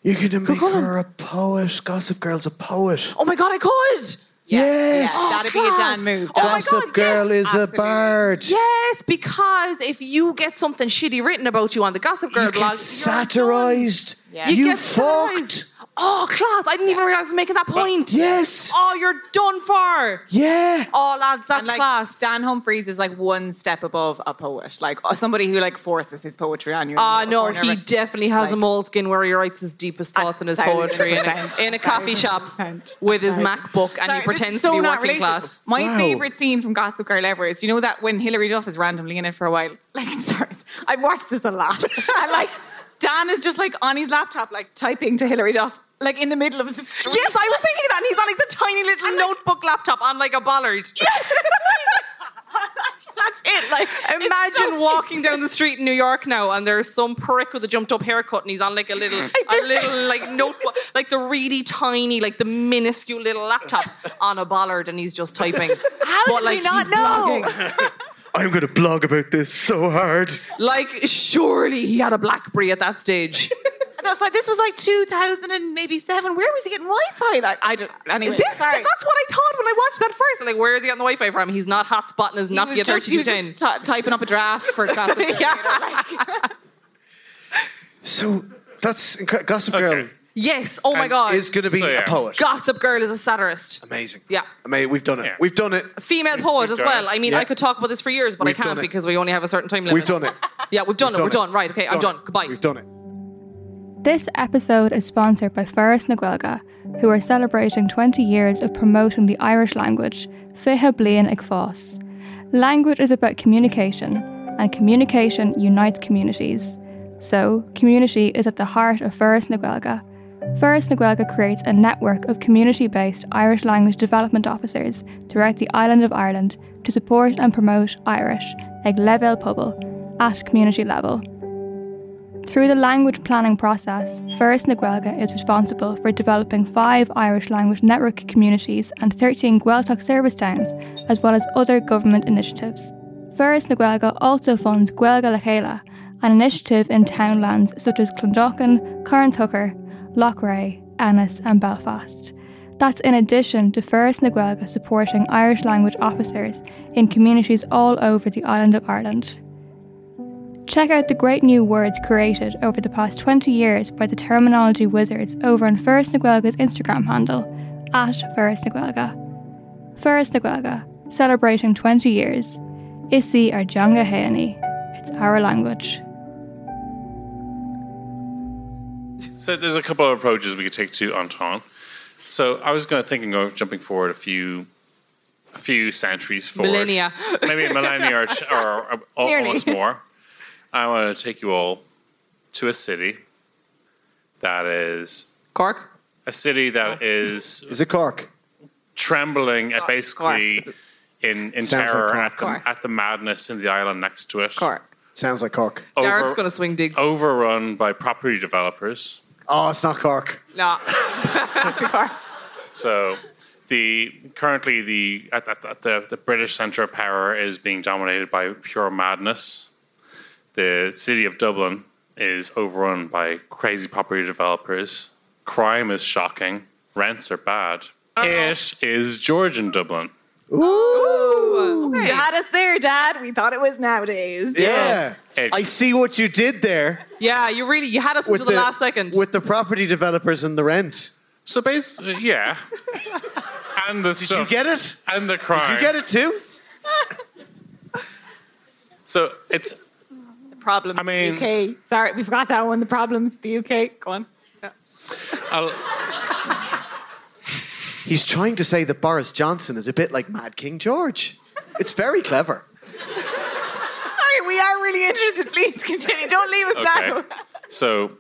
S6: You could make
S3: Cucullin.
S6: her a poet. Gossip Girl's a poet.
S3: Oh my god, I could.
S6: Yes.
S5: Yeah, that'd be a
S3: class.
S5: Dan move.
S3: Oh my
S5: Dan.
S6: Gossip
S3: God,
S6: Girl
S3: yes,
S6: is
S5: absolutely.
S6: a bird.
S3: Yes, because if you get something shitty written about you on the Gossip Girl
S6: You
S3: blog,
S6: get
S3: you're-
S6: satirized.
S5: Yeah.
S6: You,
S3: get
S6: fucked.
S3: satirized. Oh, class! I didn't even realize I was making that point.
S6: Yes.
S3: Oh, you're done for.
S6: Yeah.
S3: Oh, lads, that's
S5: And like
S3: class.
S5: Dan Humphries is like one step above a poet, like uh, somebody who like forces his poetry on you.
S3: Ah,
S5: in the
S3: no,
S5: corner.
S3: he definitely has a
S5: Like-
S3: moleskin where he writes his deepest thoughts and his
S4: thousand
S3: poetry in a,
S4: percent.
S3: in a coffee shop with his MacBook and
S5: Sorry,
S3: he
S5: this
S3: pretends
S5: is so
S3: to be
S5: not
S3: working
S5: related.
S3: class.
S5: My
S6: Wow.
S5: favorite scene from Gossip Girl ever is you know that when Hilary Duff is randomly in it for a while. *laughs* Like, sorry, I've watched this a
S3: *laughs*
S5: lot. and like, Dan is just like on his laptop, like typing to Hilary Duff, like in the middle of the street.
S3: Yes, I was thinking that. And he's on like the tiny little notebook laptop on like a *laughs* bollard.
S5: That's it. Like, it's so
S3: Imagine walking down the street in New York now, and there's some prick with a jumped up haircut, and he's on like a *laughs* little, a little like notebook, like the really tiny, like the minuscule little laptop on a bollard, and he's just typing. *laughs* How
S4: did we not know?
S1: I'm going to blog about this so hard.
S3: Like surely he had a BlackBerry at that *laughs* stage.
S5: And That's like this was like 2000 and maybe seven. Where was he getting Wi-Fi? Like I don't. Anyway,
S3: this,
S5: sorry.
S3: that's what I thought when I watched that first. I'm like, where is he getting the Wi-Fi from? He's not hotspotting his
S5: he
S3: Nokia
S5: was just, he was
S3: 3210.
S5: just ty- typing up a draft *laughs* for Gossip Girl.
S3: Yeah.
S5: you know, like-
S1: So that's incredible. Gossip Girl.
S2: Okay.
S3: Yes. Oh my
S1: and
S3: god.
S1: Is going to be
S2: So,
S1: a
S2: yeah.
S1: poet.
S3: Gossip Girl is a satirist.
S1: Amazing.
S3: Yeah.
S1: I mean, we've done it.
S2: Yeah.
S1: We've done it.
S3: Female poet as
S2: done
S3: well.
S2: it.
S3: I mean,
S1: Yeah.
S3: I could talk about this for years, but
S1: We've
S3: I
S1: done
S3: can't
S1: it.
S3: because we only have a certain time limit.
S1: We've done it.
S3: *laughs* Yeah, we've done it. We're done. Right. Okay, I'm
S1: Done it.
S3: done. Goodbye.
S1: We've done it.
S7: This episode is sponsored by Ferris na Gaelga, who are celebrating 20 years of promoting the Irish language, Fiha Blian Ag Foss. Language is about communication, and communication unites communities. So, community is at the heart of Ferris na Gaelga. Ferris na Gaelga creates a network of community based Irish language development officers throughout the island of Ireland to support and promote Irish, ag level pubble, at community level. Through the language planning process, Ferris na Gaelga is responsible for developing five Irish language network communities and 13 Gaeltacht service towns, as well as other government initiatives. Ferris na Gaelga also funds Gaelga Lachéla, an initiative in townlands such as Clondalkin, Carntucker, Lochray, Ennis, and Belfast. That's in addition to Ferris na Gaelga supporting Irish language officers in communities all over the island of Ireland. Check out the great new words created over the past 20 years by the terminology wizards over on Ferris Naguelga's Instagram handle, at Ferris Naguelga. Ferris Naguelga, celebrating 20 years. Isi Arjanga Heani. It's our language.
S2: So there's a couple of approaches we could take to Anton. So I was going to thinking of jumping forward a few, a few centuries forward,
S3: Millennia.
S2: maybe millennia or,
S3: *laughs*
S2: or, or almost more. I want to take you all to a city that is
S3: Cork.
S2: a city
S3: Oh.
S2: that is
S1: Is it Cork?
S2: trembling at basically in, in
S1: Sounds like
S2: terror
S1: Cork.
S2: at, the, at the madness in the island next to it.
S3: Cork.
S1: Sounds like Cork.
S2: Over-
S3: Derek's gonna swing digs.
S2: overrun by property developers.
S1: Oh, it's not Cork.
S3: Nah.
S2: So the currently the at, at, at the the British centre of power is being dominated by pure madness. The city of Dublin is overrun by crazy property developers. Crime is shocking. Rents are bad. It is Georgian Dublin.
S4: You had us there, Dad. We thought it was nowadays.
S1: Yeah.
S2: It-
S1: I see what you did there
S3: Yeah, you really you had us until the, last second.
S1: with the property developers and the rent.
S2: So basically, yeah. and the
S1: Did you get it?
S2: and the crime.
S1: Did you get it too?
S2: So it's
S5: Problems.
S2: I mean-
S5: the UK. Sorry, we forgot that one. The problems. The UK. Go on.
S2: I'll,
S1: He's trying to say that Boris Johnson is a bit like Mad King George. It's very clever.
S5: Sorry, we are really interested. Please continue. Don't leave us
S2: okay.
S5: now.
S2: so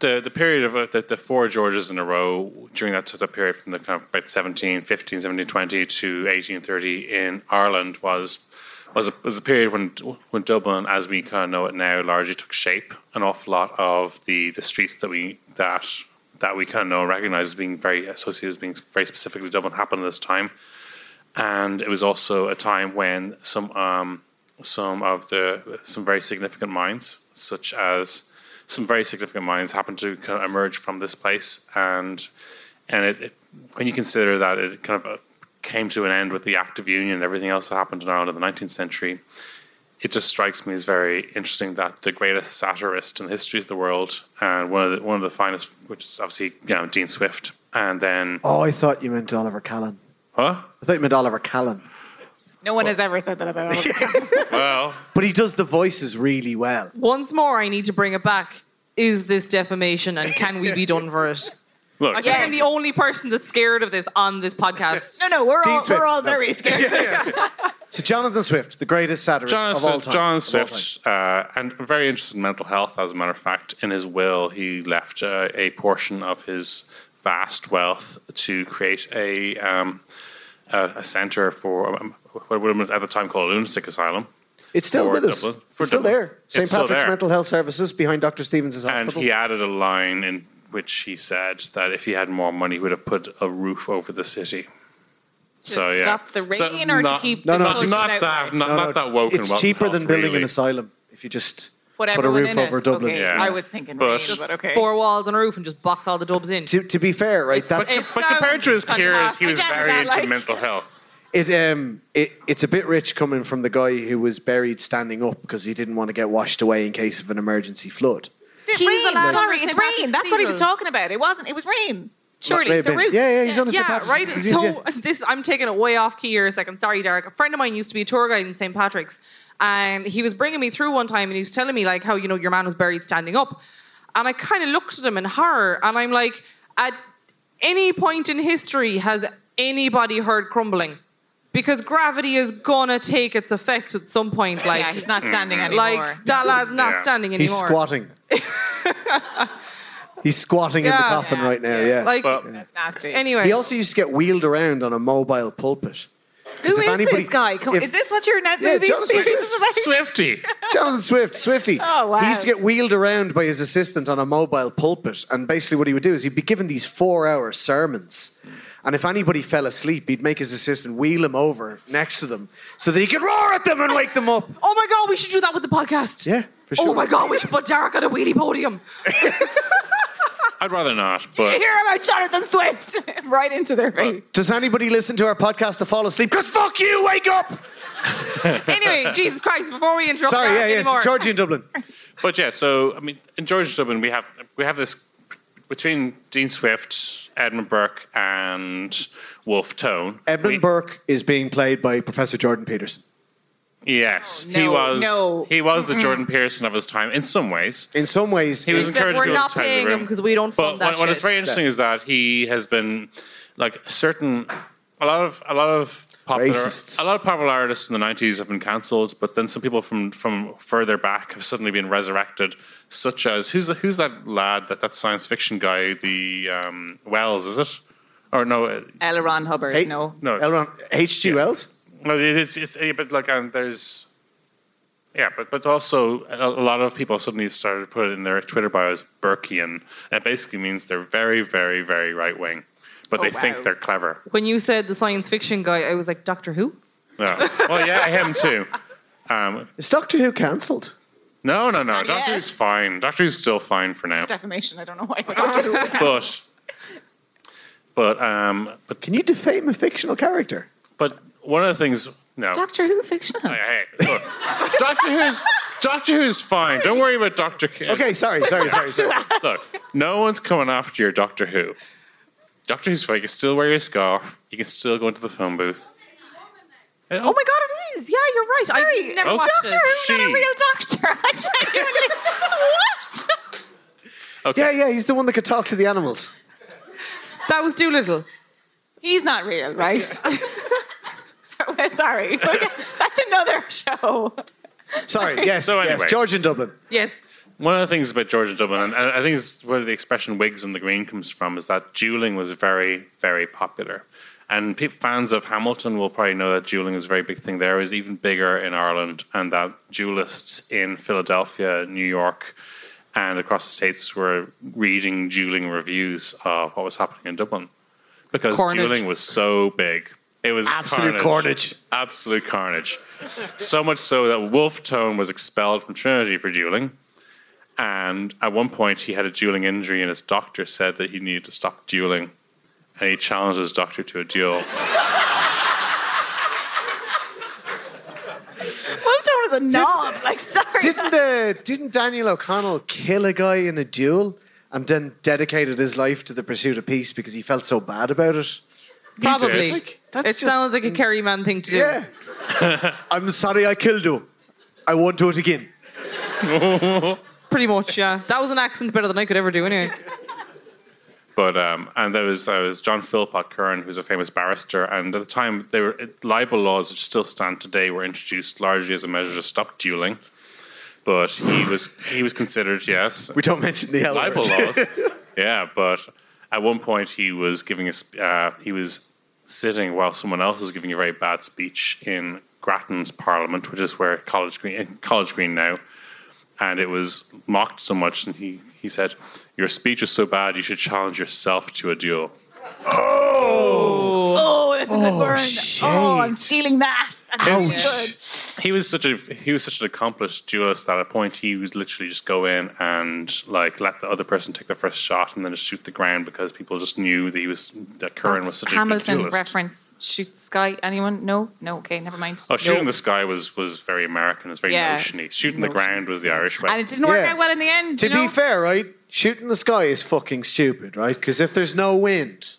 S2: the the period of uh, the, the four Georges in a row during that sort of period from the kind of about 17, 15, 17, 20 to 1830 in Ireland was was a, was a period when when Dublin, as we kind of know it now, largely took shape. An awful lot of the the streets that we that that we kind of know and recognize as being very associated as being very specifically Dublin happened at this time. and it was also a time when some um, some of the some very significant minds, such as some very significant minds, happened to kind of emerge from this place, and and it, it when you consider that it kind of uh, came to an end with the Act of Union and everything else that happened in Ireland in the 19th century, it just strikes me as very interesting that the greatest satirist in the history of the world and one of the, one of the finest, which is obviously you know, Dean Swift, and then
S1: Oh, I thought you meant Oliver Callan.
S2: huh?
S1: I thought you meant Oliver Callan.
S5: No one has ever said that about us.
S2: Well.
S1: But he does the voices really well.
S3: Once more, I need to bring it back. Is this defamation, and can we be done for
S4: *laughs*
S3: it?
S2: Look,
S3: I think I'm the only person that's scared of this on this
S4: *laughs*
S3: podcast.
S4: No, no, we're all
S1: Swift,
S4: we're all
S1: no.
S4: very scared.
S1: So Jonathan Swift, the greatest satirist
S2: John
S1: of all
S2: Swift,
S1: time.
S2: John
S1: Of all
S2: Swift uh, and very interested in mental health, as a matter of fact. In his will, he left uh, a portion of his vast wealth to create a um, a, a center for um, what would have been at the time called a lunatic asylum.
S1: time. It's still
S2: for
S1: with us.
S2: Dublin- for
S1: It's still
S2: Dublin.
S1: there. St.
S2: It's still
S1: Patrick's
S2: there.
S1: Mental Health Services behind Dr. Stevens'
S2: And
S1: hospital.
S2: he added a line in which he said that if he had more money, he would have put a roof over the city. So yeah,
S5: stop the
S2: So
S5: rain or to
S2: not-
S5: keep
S1: No,
S5: the
S1: no,
S2: not,
S5: pollutants
S2: not
S5: out?
S2: that, not,
S1: No, no,
S2: not that woke. and
S1: It's
S2: well
S1: cheaper
S2: health,
S1: than building
S2: really.
S1: an asylum if you just put
S5: Put
S1: a
S5: everyone
S1: roof
S5: in
S1: over
S5: it.
S1: Dublin.
S5: Okay,
S2: Yeah.
S5: I was thinking
S2: But-
S5: rain, but okay.
S3: Four walls and a roof, and just box all the dubs in.
S1: To, to be fair, right? That's
S2: But, but compared to his peers, he was very into mental health.
S1: It um it, it's a bit rich coming from the guy who was buried standing up because he didn't want to get washed away in case of an emergency flood.
S5: it
S4: He's
S5: rain?
S4: the lad
S5: Sorry,
S3: in
S5: it's
S3: St. Patrick's
S5: rain. That's what he
S3: Cathedral.
S5: was talking about. It wasn't. It was rain.
S6: Might
S5: Surely
S6: have
S5: the
S6: been.
S5: roof.
S6: Yeah, yeah, he's on his
S3: Yeah,
S1: *laughs*
S3: right. So this, I'm taking it way off key here a second. Sorry, Derek. A friend of mine used to be a tour guide in St. Patrick's, and he was bringing me through one time, and he was telling me like how you know your man was buried standing up, and I kind of looked at him in horror, and I'm like, at any point in history has anybody heard crumbling? Because gravity is gonna take its effect at some point. Like,
S5: Yeah, he's not standing anymore.
S3: like that lad's not
S2: Yeah.
S3: standing anymore.
S1: He's squatting. He's squatting in the
S3: Yeah.
S1: coffin right now, yeah.
S3: Like,
S2: But
S5: nasty.
S3: anyway,
S1: he also used to get wheeled around on a mobile pulpit.
S5: Who is this guy? Come,
S1: if-
S5: is this what your net
S1: Yeah,
S5: movie
S1: Jonathan
S5: series
S1: Swift.
S5: is about?
S2: Swifty.
S1: Jonathan Swift, Swifty.
S5: Oh, wow.
S1: He used to get wheeled around by his assistant on a mobile pulpit. And basically, what he would do is he'd be given these four hour sermons. And if anybody fell asleep, he'd make his assistant wheel him over next to them so that he could roar at them and wake them up.
S3: oh my god, we should do that with the podcast.
S1: Yeah, for sure.
S3: Oh my god, we should put Derek on a wheelie podium.
S2: I'd rather not, but
S5: Hear about Jonathan Swift right into their face.
S1: Does anybody listen to our podcast to fall asleep? Because fuck you, wake up!
S3: anyway, Jesus Christ, before we interrupt
S1: Sorry,
S3: Derek
S1: yeah, yeah.
S3: anymore.
S1: it's Georgie in
S5: *laughs*
S1: Dublin.
S2: but yeah. So I mean, in George Dublin, we have we have this between Dean Swift, Edmund Burke, and Wolf Tone.
S1: Edmund
S2: we-
S1: Burke is being played by Professor Jordan Peterson.
S2: Yes, he
S5: Oh, no,
S2: was.
S5: no.
S2: He was the Jordan Pearson of his time in some ways.
S1: In some ways,
S2: He was
S1: it's-
S3: Except
S2: encouraging
S3: we're
S2: people
S3: not
S2: to tidy
S3: paying
S2: the
S3: him
S2: room.
S3: 'cause we don't fund
S2: But
S3: that
S2: what, what is
S3: shit.
S2: very interesting is that he has been like certain a lot of a lot of popular
S1: Racists.
S2: a lot of popular artists in the nineties have been cancelled, but then some people from from further back have suddenly been resurrected, such as who's the, who's that lad that that science fiction guy the um, Wells is it or no uh,
S5: *laughs* L. Ron Hubbard,
S1: Hey,
S5: *laughs* no.
S2: no
S1: Elron H.G. Wells.
S2: no, it- it's it's a bit like um, there's, yeah, but but also a, a lot of people suddenly started to put in their Twitter bios Burkean, and it basically means they're very, very, very right wing, but
S5: Oh,
S2: they think they're clever.
S3: when you said the science fiction guy, I was like, Doctor Who?
S2: No, well, yeah, him too. Um,
S1: Is Doctor Who cancelled?
S2: no, no, no.
S5: Not
S2: Doctor
S5: yet.
S2: Who's fine. Doctor Who's still fine for now,
S5: Defamation. I don't know why. Doctor *laughs* Who.
S2: but but um, but
S1: Can you defame a fictional character?
S2: but one of the things no.
S5: Doctor Who fictional.
S2: Hey, hey, look. Doctor Who's Doctor Who's fine. Don't worry about Doctor. Who.
S1: Okay,
S5: *laughs*
S1: sorry, sorry, sorry, sorry.
S2: Look, no one's coming after your Doctor Who. Doctor Who's fine. You can still wear your scarf. You can still go into the phone booth.
S3: Oh my god, it is. Yeah, you're right. I never
S2: Oh,
S3: watched
S2: Doctor
S3: it.
S2: Who, not a She. real
S3: doctor. I genuinely What?
S1: Yeah, yeah, he's the one that could talk to the animals.
S3: That was Doolittle.
S5: *laughs* He's not real, right? *laughs* so, *laughs* sorry. Okay, That's another show.
S2: *laughs*
S1: Sorry, yes,
S2: So
S1: yes,
S2: anyway.
S1: George in Dublin.
S3: Yes.
S2: One of the things about Georgia Dublin, and and I think it's where the expression "wigs on the green" comes from, is that dueling was very, very popular. And pe- fans of Hamilton will probably know that dueling is a very big thing there. It was even bigger in Ireland, and that duelists in Philadelphia, New York, and across the states were reading dueling reviews of what was happening in Dublin because
S3: Carnage.
S2: dueling was so big. It was
S1: Absolute carnage.
S2: Absolute carnage. so much so that Wolf Tone was expelled from Trinity for dueling. And at one point, he had a dueling injury, and his doctor said that he needed to stop dueling. And he challenged his doctor to a duel.
S5: Wilton is a knob. Like, sorry.
S1: *laughs* Didn't the didn't Daniel O'Connell kill a guy in a duel and then dedicated his life to the pursuit of peace because he felt so bad about it?
S3: Probably.
S2: Like,
S1: that's
S3: it
S1: just-
S3: sounds like a Kerry man thing to do.
S1: Yeah.
S2: *laughs*
S1: I'm sorry I killed you. I won't do it again.
S3: Pretty much, yeah. That was an accent better than I could ever do *laughs* anyway.
S2: But um, and there was there was John Philpot Curran, who's a famous barrister, and at the time they were libel laws, which still stand today, were introduced largely as a measure to stop dueling. But he was he was considered yes
S1: We don't mention the L
S2: libel
S1: word.
S2: laws. yeah, but at one point he was giving us uh, he was sitting while someone else was giving a very bad speech in Grattan's Parliament, which is where College Green in College Green now, and it was mocked so much, and he he said, "Your speech is so bad, you should challenge yourself to a duel."
S5: Oh, that's Helen Mirren. Oh, I'm
S6: shit.
S5: stealing that. That's good.
S2: he was such a he was such an accomplished duelist that at a point he would literally just go in and like let the other person take the first shot and then just shoot the ground because people just knew that he was that Curran was such a
S5: Hamilton
S2: good duelist.
S5: reference. Shoot sky. Anyone? No, no. Okay, never mind.
S2: Oh, shooting the sky was was very American. It's very
S5: Yes.
S2: notiony. Shooting the ground was the Irish way.
S5: and it didn't work
S1: Yeah.
S5: out well in the end.
S1: To
S5: you know?
S1: be fair, right? Shooting the sky is fucking stupid, right? Because if there's no
S5: *laughs*
S1: wind,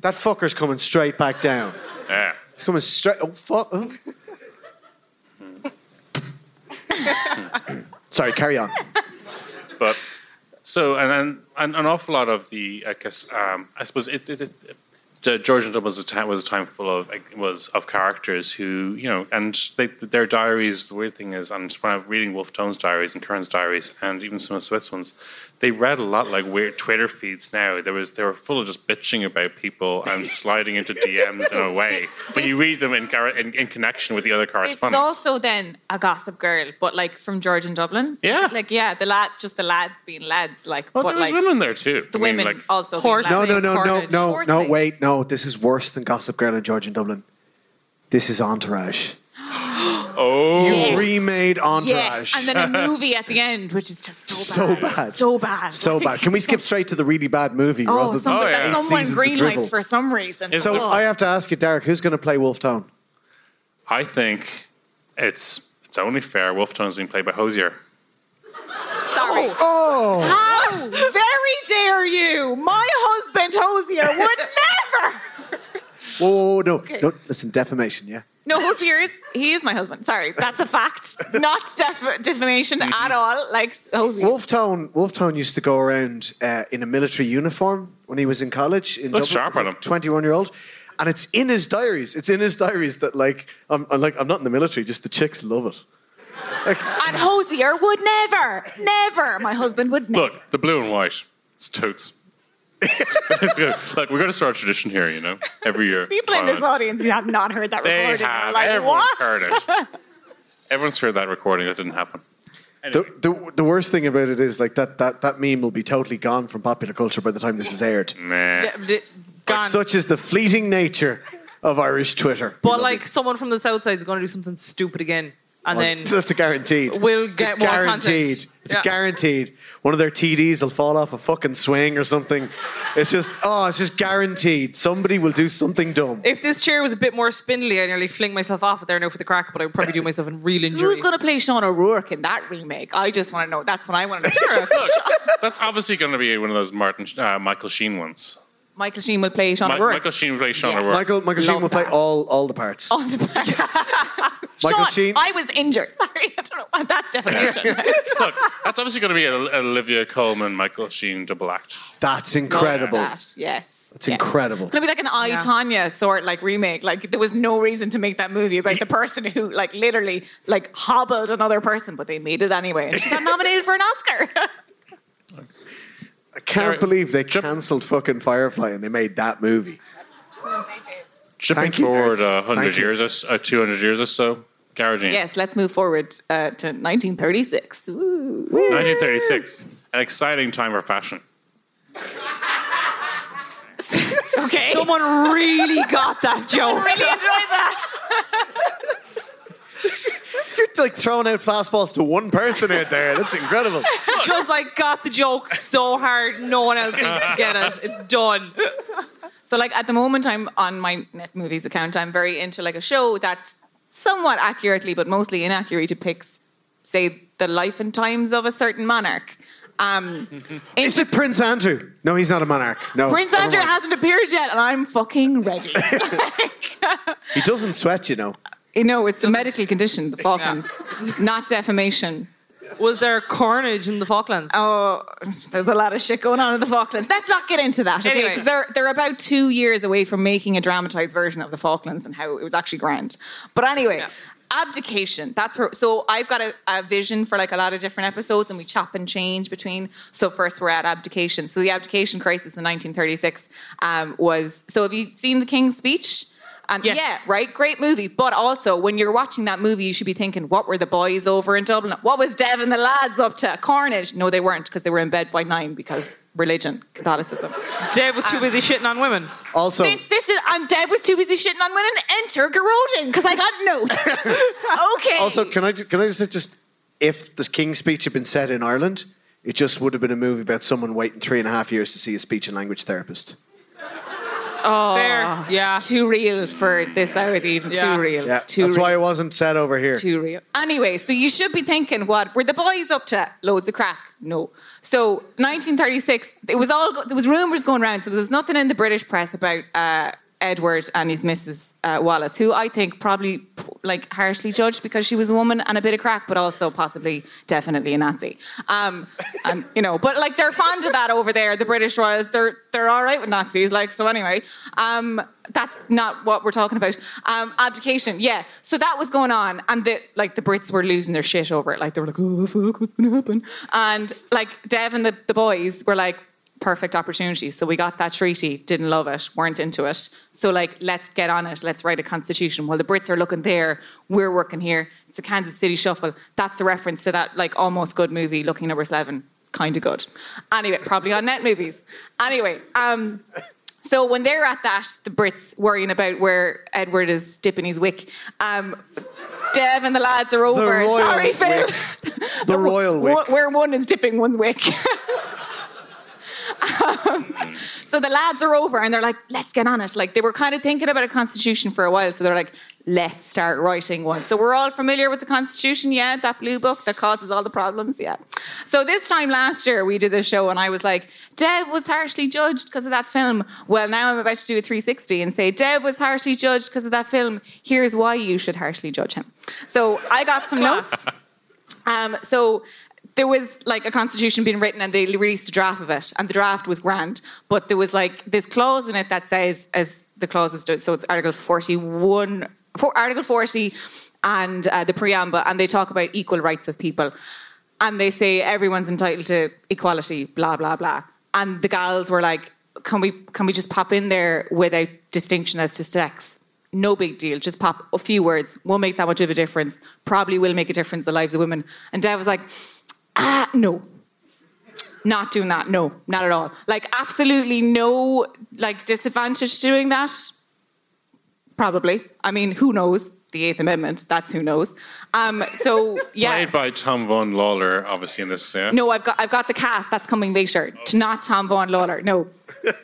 S1: that fucker's coming straight back down.
S2: yeah.
S1: It's coming straight. Oh fuck! *laughs* oh. Sorry, carry
S5: *laughs*
S1: on.
S2: but so and then an, an awful lot of the I guess um, I suppose it. it, it the Georgian Dub was a time was a time full of like, was of characters who you know and they, their diaries. The weird thing is, and when I'm reading Wolf Tone's diaries and Curran's diaries, and even some of Swift's ones, they read a lot like weird Twitter feeds. Now there was they were full of just bitching about people and
S5: *laughs*
S2: sliding into DMs in a way. But you read them in, gar- in in connection with the other
S5: It's
S2: correspondence.
S5: also then a gossip girl, but like from George in Dublin.
S2: Yeah.
S5: Like yeah, the lad, just the lads being lads, like.
S2: well,
S5: but
S2: there was
S5: like,
S2: women there too.
S5: The
S2: I mean,
S5: women
S2: like,
S5: also. being
S3: Horse-
S5: lads.
S1: No, no, no, no,
S3: Portage.
S1: no,
S5: Horse
S1: no.
S5: thing.
S1: Wait, no. This is worse than Gossip Girl and George in Dublin. This is Entourage.
S2: oh,
S1: You remade Entourage.
S5: Yes, and then a movie
S1: *laughs*
S5: at the end, which is just
S1: So
S5: so bad.
S1: bad.
S5: So bad.
S1: *laughs* So bad. Can we skip straight to the really bad movie?
S5: Oh,
S1: rather than
S5: something
S2: Oh, yeah.
S5: that
S1: eight
S5: someone
S1: seasons of drivel?
S5: greenlights for some reason.
S2: Is
S1: So
S2: Oh.
S1: I have to ask you, Derek, who's going to play Wolf Tone?
S2: I think it's it's only fair. Wolf Tone's being played by Hosier.
S5: Sorry. Oh. How very dare you? My husband Hosier would never.
S1: Whoa, whoa, whoa, no, no. Listen, defamation. Yeah.
S5: No, Hosier is he is my husband. Sorry, that's a
S2: *laughs*
S5: fact. Not def- defamation
S2: Mm-hmm.
S5: at all. Like Hosier.
S1: Wolf Tone. Wolf Tone used to go around uh, in a military uniform when he was in college. In
S2: Looks
S1: Dublin,
S2: sharp
S1: as a
S2: on him.
S1: Twenty-one year old. And it's in his diaries. It's in his diaries that like I'm, I'm like I'm not in the military. Just the chicks love it. Like,
S5: And Hosier would never, never. My husband would never.
S2: Look, the blue and white. It's
S1: *laughs*
S2: totes. it's good. Look, we're going to start a tradition here. You know, every year.
S5: People in this
S2: Parliament.
S5: audience you have not heard that
S2: They
S5: recording. You're
S2: have.
S5: like,
S2: Everyone's
S5: what?
S2: heard
S5: *laughs*
S2: it. Everyone's heard that recording. That didn't happen.
S1: The, the, the worst thing about it is like that, that that meme will be totally gone from popular culture by the time this is aired.
S2: Nah.
S3: D- Gone.
S1: Such is the fleeting nature of Irish Twitter.
S3: but like someone from the south side is going to do something stupid again, and then
S1: *laughs*
S3: *laughs*
S1: that's a guaranteed.
S3: We'll get
S1: it's
S3: more content.
S1: guaranteed. It's
S3: Yeah.
S1: guaranteed. One of their TDs will fall off a fucking swing or something. It's just oh, it's just guaranteed. Somebody will do something dumb.
S3: if this chair was a bit more spindly, I nearly fling myself off it there now for the crack, but I would probably do myself a real injury.
S5: Who's going to play Sean O'Rourke in that remake? I just want to know. That's what I want to know.
S2: Look, that's obviously going to be one of those Martin uh, Michael Sheen ones.
S5: *laughs* Michael Sheen will play Sean
S2: Mi-
S5: O'Rourke.
S2: Michael Sheen plays Sean
S5: Yeah.
S2: O'Rourke.
S1: Michael Michael Sheen
S5: Love
S1: will play
S5: that.
S1: all all the parts.
S5: on the back. *laughs*
S1: Michael
S5: Sean,
S1: Sheen.
S5: I was injured. *laughs* Sorry, I don't know. why
S1: *laughs*
S5: That's definition. *laughs*
S2: Look, that's obviously going to be an an Olivia Coleman Michael Sheen double act.
S1: That's incredible.
S5: That, yes.
S1: It's incredible.
S5: It's gonna be like an I Tanya sort like remake. Like there was no reason to make that movie about the person who like literally like hobbled another person, but they made it anyway, and she got nominated for an Oscar. *laughs*
S1: I can't believe they cancelled fucking Firefly and they made that movie.
S2: Shipping
S1: Thank you,
S2: forward
S1: nerds.
S2: uh, 100
S1: Thank you.
S2: years, or s- uh, 200 years or so. Garagine.
S5: yes, let's move forward uh, to 1936. Ooh.
S2: 1936. An exciting time for fashion.
S5: Okay,
S3: Someone really got *laughs* that joke.
S5: really enjoyed that.
S1: You're like throwing out fastballs to one person out there. That's
S5: *laughs*
S1: incredible.
S3: Just like got the joke so hard, no one else seems to get it. It's done.
S5: So like at the moment I'm on my net movies account, I'm very into like a show that somewhat accurately but mostly inaccurately depicts, say, the life and times of a certain monarch. Um,
S1: Hmm. Is it Prince Andrew? No, he's not a monarch. No.
S5: Prince
S1: never
S5: Andrew
S1: mind.
S5: hasn't appeared yet, and I'm
S1: *laughs*
S5: fucking ready.
S1: He doesn't sweat, you know.
S5: you know, it's a medical condition, the Falklands, not defamation.
S3: Was there carnage in the Falklands?
S5: Oh, there's a lot of shit going on in the Falklands. Let's not get into that, okay?
S3: Anyway.
S5: Because they're they're about two years away from making a dramatized version of the Falklands and how it was actually grand. But anyway, abdication. That's where. So I've got a, a vision for like a lot of different episodes, and we chop and change between. So first we're at abdication. So the abdication crisis in 1936 um, was. So have you seen the King's Speech? Um,
S3: Yes.
S5: Yeah, right? Great movie. But also, when you're watching that movie, you should be thinking, what were the boys over in Dublin? What was Dev and the lads up to? Carnage. No, they weren't because they were in bed by nine because religion, Catholicism.
S3: Dave was too busy shitting on women.
S1: Also,
S5: This, this is, I'm dead was too busy shitting on women. Enter Garodin, because I got
S1: *laughs*
S5: notes. okay.
S1: also, can I ju- can I just just if the King's speech had been said in Ireland, it just would have been a movie about someone waiting three and a half years to see a speech and language therapist.
S5: Oh.
S3: Fair. Yeah.
S5: too real for this hour of the evening.
S3: Yeah.
S5: Too real.
S1: Yeah,
S5: too
S1: that's
S5: real.
S1: why it wasn't said over here.
S5: too real. Anyway, so you should be thinking, what were the boys up to? Loads of crack. No. So 1936, it was all go- there was rumours going around. So there was nothing in the British press about uh, Edward and his Mrs. Uh, Wallace, who I think probably like harshly judged because she was a woman and a bit of crack, but also possibly definitely a Nazi. Um, um, you know, but like they're fond of that over there. The British royals, they're they're all right with Nazis. Like so, anyway. Um, that's not what we're talking about. Um, abdication, yeah. So that was going on, and the like the Brits were losing their shit over it. Like they were like, oh fuck, what's gonna happen? And like Dev and the, the boys were like, perfect opportunity. So we got that treaty, didn't love it, weren't into it. So like, let's get on it. Let's write a constitution. While the Brits are looking there, we're working here. It's the Kansas City Shuffle. That's a reference to that like almost good movie, Looking Number Seven. Kind of good. Anyway, probably on net movies. Anyway, um, so when they're at that, the Brits worrying about where Edward is dipping his wick. Um, Dev and the lads are over.
S1: royal
S5: Sorry, Phil.
S1: wick. The royal wick.
S5: One- Oh, Where one is dipping one's wick. *laughs* Um, so the lads are over and they're like, let's get on it. Like they were kind of thinking about a constitution for a while, so they're like, let's start writing one. So we're all familiar with the constitution, yeah, that blue book that causes all the problems, yeah. So this time last year we did this show and I was like, Dev was harshly judged because of that film. Well, now I'm about to do a 360 and say, Dev was harshly judged because of that film. Here's why you should harshly judge him. So I got some notes. Um, so there was like a constitution being written and they released a draft of it and the draft was grand but there was like this clause in it that says as the clauses do so it's article 41 for article 40 and uh, the preamble and they talk about equal rights of people and they say everyone's entitled to equality blah blah blah and the gals were like can we can we just pop in there without distinction as to sex no big deal. Just pop a few words. Won't make that much of a difference. Probably will make a difference in the lives of women. And Dev was like, ah, no. Not doing that. No, not at all. Like, absolutely no, like, disadvantage doing that. Probably. I mean, who knows? The Eighth Amendment. That's who knows. Um, so, yeah.
S2: Played by Tom Von Lawler, obviously in this. Yeah.
S5: No, I've got I've got the cast that's coming later. To not Tom Vaughan Lawler. No,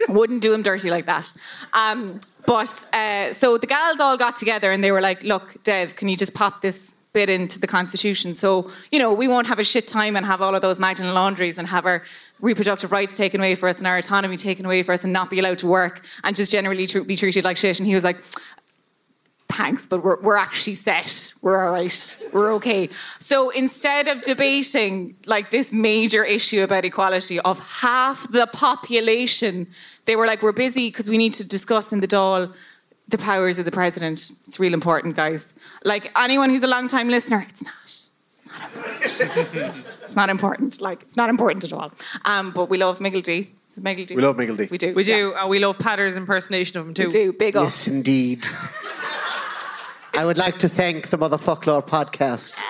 S5: wouldn't do him dirty like that. Um, but uh, so the gals all got together and they were like, "Look, Dev, can you just pop this?" Bit into the constitution, so you know we won't have a shit time and have all of those Magdalene laundries and have our reproductive rights taken away for us and our autonomy taken away for us and not be allowed to work and just generally tr- be treated like shit. And he was like, thanks, but we're, we're actually set. We're all right. We're okay. So instead of debating like this major issue about equality of half the population, they were like, we're busy because we need to discuss in the doll the powers of the president. It's real important, guys. Like anyone who's a long time listener, it's not. It's not important. Like it's not important at all. Um, but we love Miggledy. Is it Miggledy?
S1: We love Miggledy.
S5: We do.
S3: We do. Uh, we love Patter's impersonation of him too.
S5: We do. Big up.
S1: indeed. I would like to thank the Motherfucklore podcast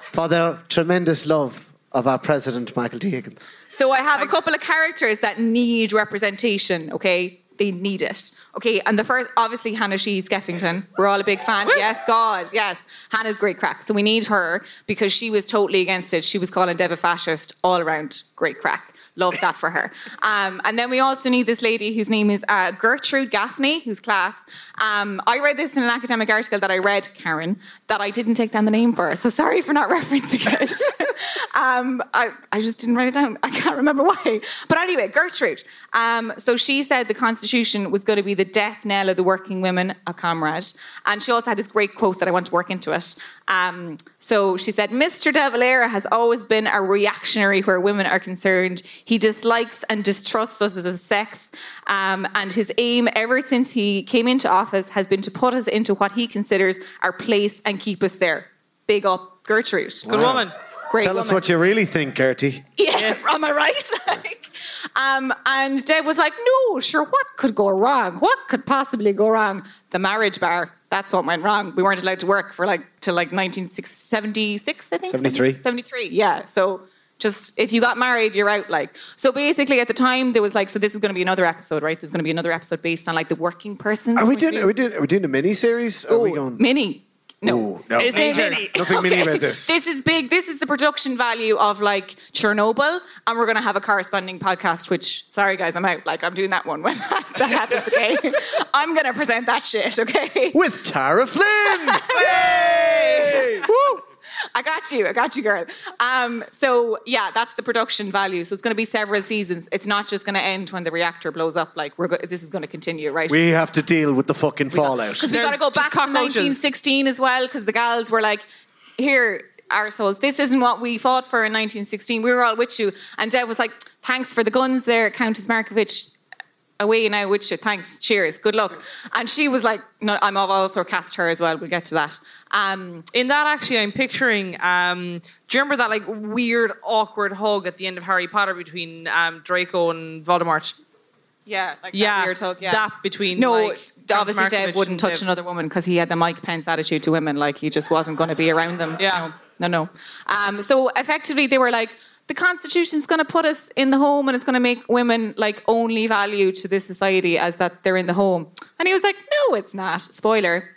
S1: for their tremendous love of our president, Michael D. Higgins.
S5: So I have a couple of characters that need representation, okay? They need it. Okay, and the first, obviously, Hannah She's Geffington. We're all a big fan. Yes, God, yes. Hannah's great crack. So we need her because she was totally against it. She was calling Dev a fascist all around. Great crack. Love that for her. Um, and then we also need this lady whose name is uh, Gertrude Gaffney, who's class. Um, I read this in an academic article that I read, Karen, that I didn't take down the name for. So sorry for not *laughs* referencing it. um, I, I just didn't write it down. I can't remember why. But anyway, Gertrude. Um, so she said the Constitution was going to be the death knell of the working women, a comrade. And she also had this great quote that I want to work into it. Um, so she said, Mr. De Valera has always been a reactionary where women are concerned. He dislikes and distrusts us as a sex. Um, and his aim ever since he came into office has been to put us into what he considers our place and keep us there. Big up, Gertrude.
S3: Good woman.
S5: Great
S1: Tell us
S5: woman.
S1: what you really think, Gertie.
S5: *laughs* Yeah, am I right? *laughs* like, um, and Dave was like, no, sure, what could go wrong? What could possibly go wrong? The marriage bar. That's what went wrong. We weren't allowed to work for like till like 1976, I think.
S1: 73.
S5: 73, yeah. So Just if you got married, you're out. Like so, basically at the time there was like so this is going to be another episode, right? There's going to be another episode based on like the working person.
S1: Are we doing? Are we doing? Are we doing a mini series? Are we going?
S5: mini? No,
S1: Ooh, no.
S5: It's
S1: Major.
S5: mini.
S1: Nothing mini about this.
S5: This is big. This is the production value of like Chernobyl, and we're going to have a corresponding podcast. Which, sorry guys, I'm out. Like I'm doing that one when *laughs* that happens. Okay, *laughs* I'm going to present that
S1: *laughs*
S5: shit. Okay.
S1: with Tara *laughs* Flynn. Yay!
S5: Woo! I got you. I got you, girl. Um, so yeah, that's the production value. So it's going to be several seasons. It's not just going to end when the reactor blows up. Like we're go- this is going to continue, right?
S1: We have to deal with the fucking fallout.
S5: Because we got to go
S3: There's
S5: back
S3: just
S5: to
S3: cockroaches.
S5: 1916 as well, because the gals were like, here, arseholes, this isn't what we fought for in 1916. We were all with you. And Dev was like, thanks for the guns there, Countess Markovich. Away now with you. Thanks. Cheers. Good luck. And she was like, no, I'm I've also cast her as well. We'll get to that. Um,
S3: In that, actually, I'm picturing. Um, do you remember that like weird, awkward hug at the end of Harry Potter between um, Draco and Voldemort?
S5: yeah, like
S3: Yeah,
S5: that weird talk. Yeah.
S3: that between,
S5: No,
S3: like, Countess
S5: obviously
S3: Markovitch
S5: Dev wouldn't
S3: and
S5: touch
S3: Dev.
S5: another woman because he had the Mike Pence attitude to women. Like he just wasn't going to be around them.
S3: Yeah.
S5: No, no. no. Um, so effectively, they were like, the Constitution's going to put us in the home, and it's going to make women like only value to this society as that they're in the home. And he was like, no, it's not. Spoiler.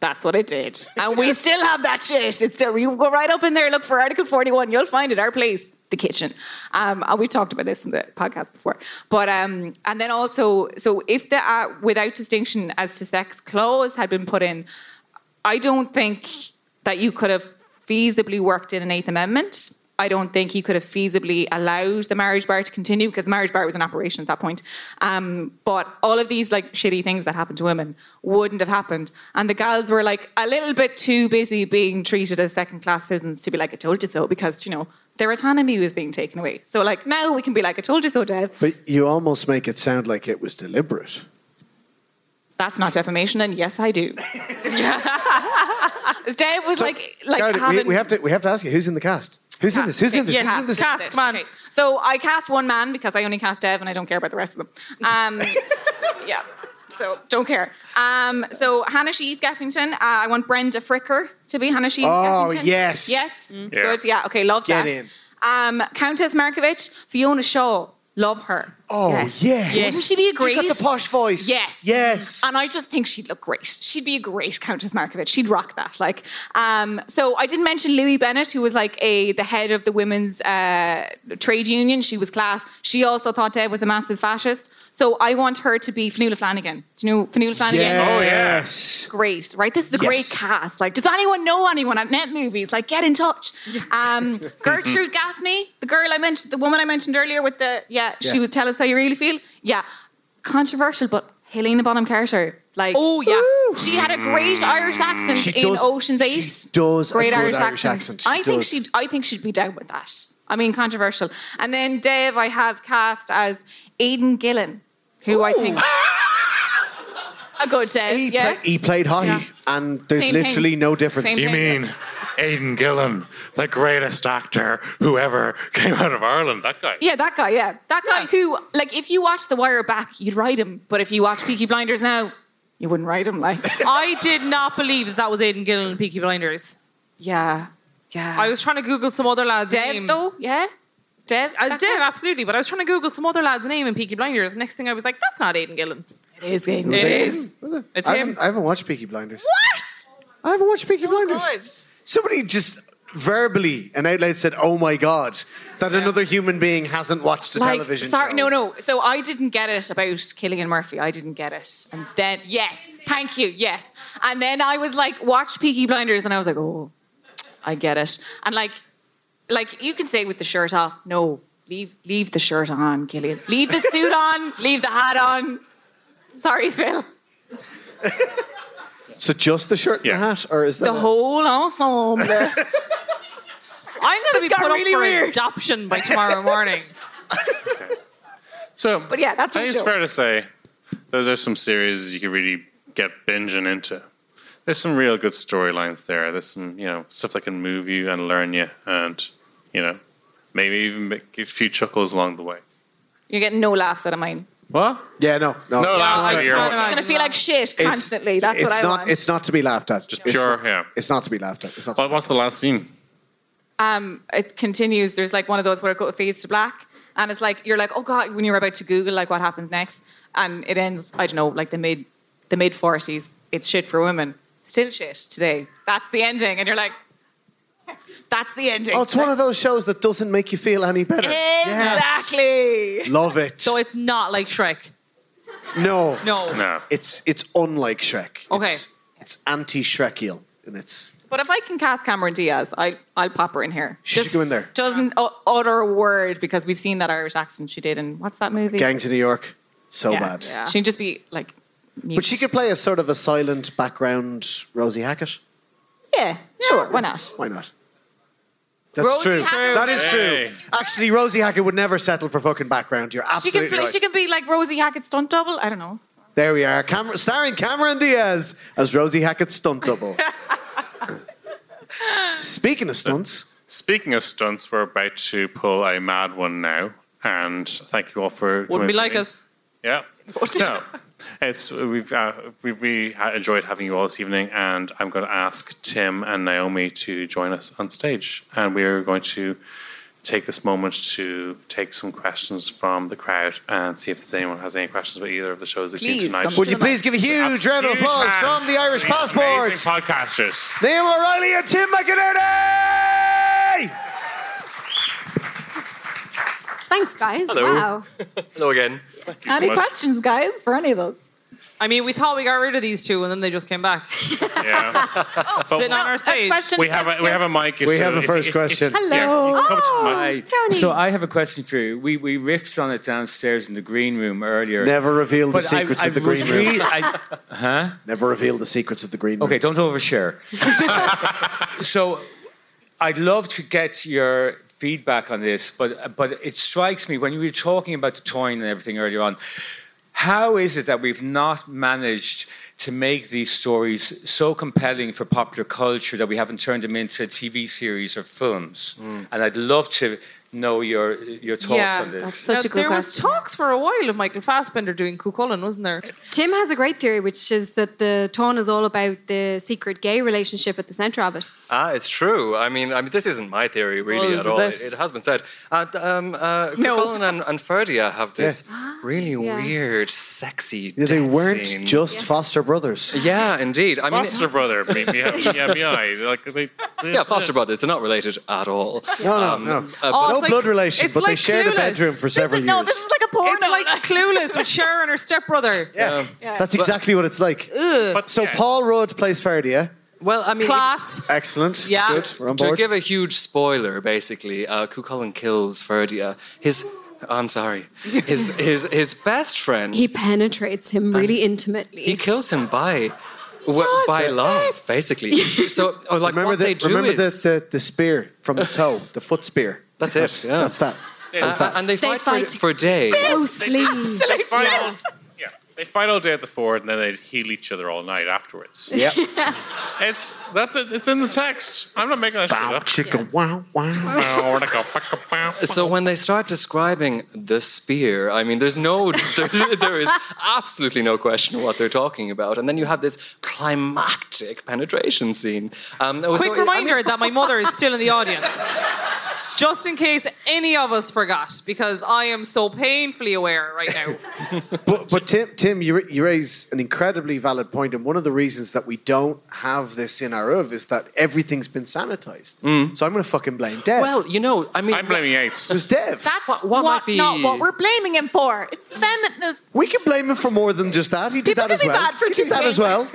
S5: That's what it did, and we still have that shit. It's still you go right up in there, look for Article Forty One. You'll find it. Our place, the kitchen. Um, and we talked about this in the podcast before, but um, and then also, so if the uh, without distinction as to sex clause had been put in, I don't think that you could have feasibly worked in an Eighth Amendment. I don't think you could have feasibly allowed the marriage bar to continue because the marriage bar was in operation at that point. Um, but all of these like shitty things that happened to women wouldn't have happened. And the gals were like a little bit too busy being treated as second class citizens to be like, I told you so, because you know, their autonomy was being taken away. So like now we can be like, I told you so, Dev.
S1: But you almost make it sound like it was deliberate.
S5: That's not defamation, and yes
S1: *laughs*
S5: I do. *laughs* Dev was like like
S1: Gareth, we,
S5: having
S1: we have to. We have to ask you who's in the cast. Who's in this? Who's in this?
S3: Yeah,
S1: who's in this?
S3: cast, come on.
S5: Okay. So I cast one man because I only cast Dev and I don't care about the rest of them. Um, yeah. So don't care. Um, so Hannah Shees Geffington. Uh, I want Brenda Fricker to be Hannah Shees
S1: Oh,
S5: Geffington.
S1: yes.
S5: Yes.
S2: Yeah.
S5: Good. Yeah. Okay. Love
S1: Get
S5: that.
S1: in.
S5: Um, Countess Markovic, Fiona Shaw. Love her.
S1: Oh yes.
S5: Wouldn't she be a great?
S1: She got the posh voice.
S5: Yes.
S1: Yes.
S5: And I just think she'd look great. She'd be a great Countess Markovic. She'd rock that. Like, um, so I didn't mention Louis Bennett, who was like a the head of the women's uh, trade union. She was class. She also thought Deb was a massive fascist. So I want her to be Fanula Flanagan. Do you know Fanula Flanagan?
S1: Oh, yes.
S5: Great, right? This is the great
S1: Yes.
S5: cast. Like, does anyone know anyone at Net Movies? Like, get in touch.
S1: *laughs*
S5: Um,
S1: Mm-hmm.
S5: Gertrude Gaffney, the girl I mentioned, the woman I mentioned earlier with the yeah, she
S1: Yeah.
S5: would tell us how you really feel. Yeah, controversial, but Helena Bonham Carter, like,
S3: Oh, yeah.
S5: she had a great Irish accent
S1: Mm. She
S5: in
S1: does-
S5: Ocean's Eight.
S1: she does a
S5: great
S1: good
S5: Irish,
S1: Irish accent. She
S5: I think
S1: does.
S5: she'd, I think she'd be down with that. I mean, controversial. And then Dave, I have cast as Aidan Gillen, who I
S1: *laughs*
S5: think. A good Dave.
S1: He,
S5: yeah.
S1: play- he played hockey,
S5: Yeah.
S1: and there's
S5: Same thing.
S1: literally no difference.
S5: Same
S2: You
S5: thing.
S2: mean Aidan Gillen, the greatest actor who ever came out of Ireland? That guy.
S5: Yeah, that guy. Yeah, that guy who, like, if you watch The Wire back, you'd ride him. But if you watch Peaky Blinders now, you wouldn't ride him. Like,
S3: I did not believe that that was Aidan Gillen and Peaky Blinders.
S5: *laughs* yeah, yeah.
S3: I was trying to Google some other lad's
S5: Dev
S3: name.
S5: though. Yeah, Dev.
S3: As
S5: that
S3: Dev,
S5: guy?
S3: absolutely. But I was trying to Google some other lad's name in Peaky Blinders. Next thing I was like, that's not Aidan Gillen.
S5: It is Aidan.
S3: It is. It's
S1: I
S3: him.
S1: haven't, I haven't watched Peaky Blinders.
S5: What?
S1: I haven't watched Peaky Blinders.
S5: Good.
S1: Somebody just verbally and out loud said, "Oh my god," that another human being hasn't watched a
S5: Like,
S1: television
S5: sorry,
S1: show.
S5: no, no. So I didn't get it about Killian Murphy. I didn't get it. And then, yes, thank you, yes. And then I was like, watch Peaky Blinders, and I was like, oh, I get it. And like, like you can say with the shirt off, no, leave leave the shirt on, Killian. Leave the
S1: *laughs*
S5: suit on, leave the hat on. Sorry, Phil.
S1: So just the shirt and the
S2: Yeah.
S1: hat, or is that
S5: The
S1: a-
S5: whole
S1: *laughs*
S5: ensemble.
S3: I'm going to be
S5: got
S3: put
S5: really
S3: up for
S5: weird.
S3: adoption by tomorrow
S5: *laughs*
S3: morning.
S2: So,
S5: But yeah, that's
S2: I think
S5: my
S2: it's
S5: show.
S2: fair to say those are some series you can really get binging into. There's some real good storylines there. There's some you know stuff that can move you and learn you, and you know maybe even make a few chuckles along the way.
S5: You're getting no laughs out of mine.
S2: What?
S1: Yeah, no, no.
S2: No laughs
S1: It's
S2: at
S1: not-
S2: your
S3: can't
S2: one.
S3: imagine
S5: I'm gonna feel like shit
S1: it's-
S5: constantly. That's
S1: it's
S5: what I
S1: not,
S5: want.
S1: It's not to be laughed at. Just
S2: pure, yeah.
S1: It's not to be laughed at. It's not.
S2: Well, what's the last scene?
S5: um, it continues. There's like one of those where it go- fades to black, and it's like you're like, oh god, when you're about to Google like what happens next, and it ends. I don't know, like the mid the mid 40s. It's shit for women. Still shit today. That's the ending, and you're like, that's the ending.
S1: Oh, it's one of those shows that doesn't make you feel any better.
S5: exactly.
S1: Love it.
S3: So it's not like Shrek.
S1: no,
S3: No.
S2: No.
S1: It's it's unlike Shrek.
S3: Okay.
S1: It's, it's anti-Shrekial, and it's
S5: But if I can cast Cameron Diaz, I, I'll pop her in here.
S1: She should go in there.
S5: Doesn't u- utter a word because we've seen that Irish accent she did in what's that movie?
S1: Gangs of New York. So
S5: Yeah.
S1: bad.
S3: Yeah.
S5: She'd just be like, mute.
S1: But she could play a sort of a silent background Rosie Hackett.
S5: Yeah, sure. Why not?
S1: Why not? That's
S5: Rosie
S1: true.
S5: Hackett-
S1: That is true.
S2: Hey.
S1: Actually, Rosie Hackett would never settle for fucking background. You're
S5: She can
S1: absolutely
S5: play,
S1: right.
S5: She can be like Rosie Hackett's stunt double. I don't know.
S1: There we are. Cam- starring Cameron Diaz as Rosie Hackett's stunt double. Speaking of stunts,
S2: Speaking of stunts, we're about to pull a mad one now, and thank you all for.
S3: Wouldn't be
S2: convincing
S3: like
S2: me.
S3: us.
S2: Yeah.
S3: *laughs*
S2: No. It's we've uh, we really ha- enjoyed having you all this evening, and I'm going to ask Tim and Naomi to join us on stage, and we are going to take this moment to take some questions from the crowd and see if there's anyone who has any questions about either of the shows they've seen
S5: Please,
S2: tonight.
S5: come
S1: would you please give a huge round of
S2: Huge
S1: applause
S2: hand
S1: from the Irish
S2: for these amazing
S1: Passports,
S2: podcasters.
S1: Liam O'Reilly and Tim McInerney!
S8: Thanks, guys.
S9: Hello.
S8: Wow.
S9: Hello again.
S5: Any
S2: much.
S5: questions, guys, for any of those?
S3: I mean, we thought we got rid of these two, and then they just came back
S2: Yeah.
S3: sitting on our stage.
S5: Question.
S2: We have a, we have a mic. uh,
S1: We have a first question.
S5: Hello.
S8: Oh, Tony.
S9: So I have
S6: a question for you. We we riffed on it downstairs in the green room earlier.
S1: Never reveal the
S6: But I-
S1: secrets
S6: I
S1: of the
S6: would
S1: green room.
S6: really- I-
S1: Never reveal the secrets of the green room.
S6: okay, don't overshare. so, I'd love to get your feedback on this, but but it strikes me when you were talking about the touring and everything earlier on. How is it that we've not managed to make these stories so compelling for popular culture that we haven't turned them into TV series or films?
S9: Mm.
S6: And I'd love to know your your thoughts
S3: Yeah,
S6: on this.
S8: That's such
S3: Now,
S8: a good
S3: there was
S8: question.
S3: talks for a while of Michael Fassbender doing Cucullin, wasn't there?
S8: Tim has a great theory, which is that the Tone is all about the secret gay relationship at the centre of it.
S9: ah, it's true. I mean, I mean, this isn't my theory really
S3: Well,
S9: at
S3: this
S9: all.
S3: Oh, is
S9: It, it has been said. And, um, uh, Colin and, and Ferdia have this really
S8: Yeah.
S9: weird, sexy.
S1: Yeah, they
S9: death
S1: weren't
S9: scene.
S1: just foster brothers.
S9: Yeah, indeed. I mean,
S2: Foster brother, maybe. Yeah, yeah, yeah. Like they, they-
S9: yeah, foster brothers. They're not related at all.
S1: No, no, no.
S3: Oh,
S1: no
S3: it's like-
S1: blood relation,
S3: it's
S1: but they
S3: like
S1: shared a
S3: Clueless.
S1: bedroom for several
S5: This is, no,
S1: years.
S5: this is like a porno.
S3: *laughs* It's like Clueless
S5: *laughs*
S3: with Cher and her stepbrother.
S1: yeah. That's exactly what it's like.
S2: But
S1: So
S2: yeah.
S1: Paul Rudd plays Ferdia.
S9: Well, I mean,
S3: Class.
S1: Excellent.
S3: Yeah.
S1: Good. We're on
S9: to
S1: board.
S9: give a huge spoiler, basically, uh, Cucullin kills Ferdia. His, I'm sorry,
S1: *laughs*
S9: his his his best friend.
S8: He penetrates him really intimately.
S9: he kills him by w-
S8: Just
S9: by
S8: the
S9: love,
S8: best.
S9: basically. So, oh, like
S1: remember
S9: what
S1: the,
S9: they do
S1: remember the,
S9: is
S1: the, the spear from the toe, the foot spear.
S9: that's it. Yeah.
S1: That's that.
S9: Uh, and they fight,
S8: fight.
S9: For, for days.
S8: Closely.
S2: they fight all, yeah, they fight all day at the fort, and then they heal each other all night afterwards.
S1: Yep.
S2: It's that's it. It's in the text. I'm not making that shit up.
S1: Chicken. Wow, wow.
S9: So when they start describing the spear, I mean, there's no, *laughs* there's, there is absolutely no question what they're talking about. And then you have this climactic penetration scene. Um, so
S3: Quick
S9: it- I
S3: reminder
S9: mean-
S3: that my mother is still in the audience. Just in case any of us forgot, because I am so painfully aware right now.
S1: But, but Tim, Tim, you, you raise an incredibly valid point, and one of the reasons that we don't have this in our oeuvre is that everything's been sanitized. So I'm going to fucking blame Dev.
S9: Mm. well, you know, I mean,
S2: I'm blaming Yates.
S1: it was Dev.
S5: That's
S9: What-
S5: what,
S9: what might be-
S5: not what we're blaming him for. It's feminist.
S1: we can blame him for more than just that. He did
S5: People
S1: that as
S5: can be
S1: well.
S5: bad for
S1: he did
S5: two
S1: that as
S5: things.
S1: well.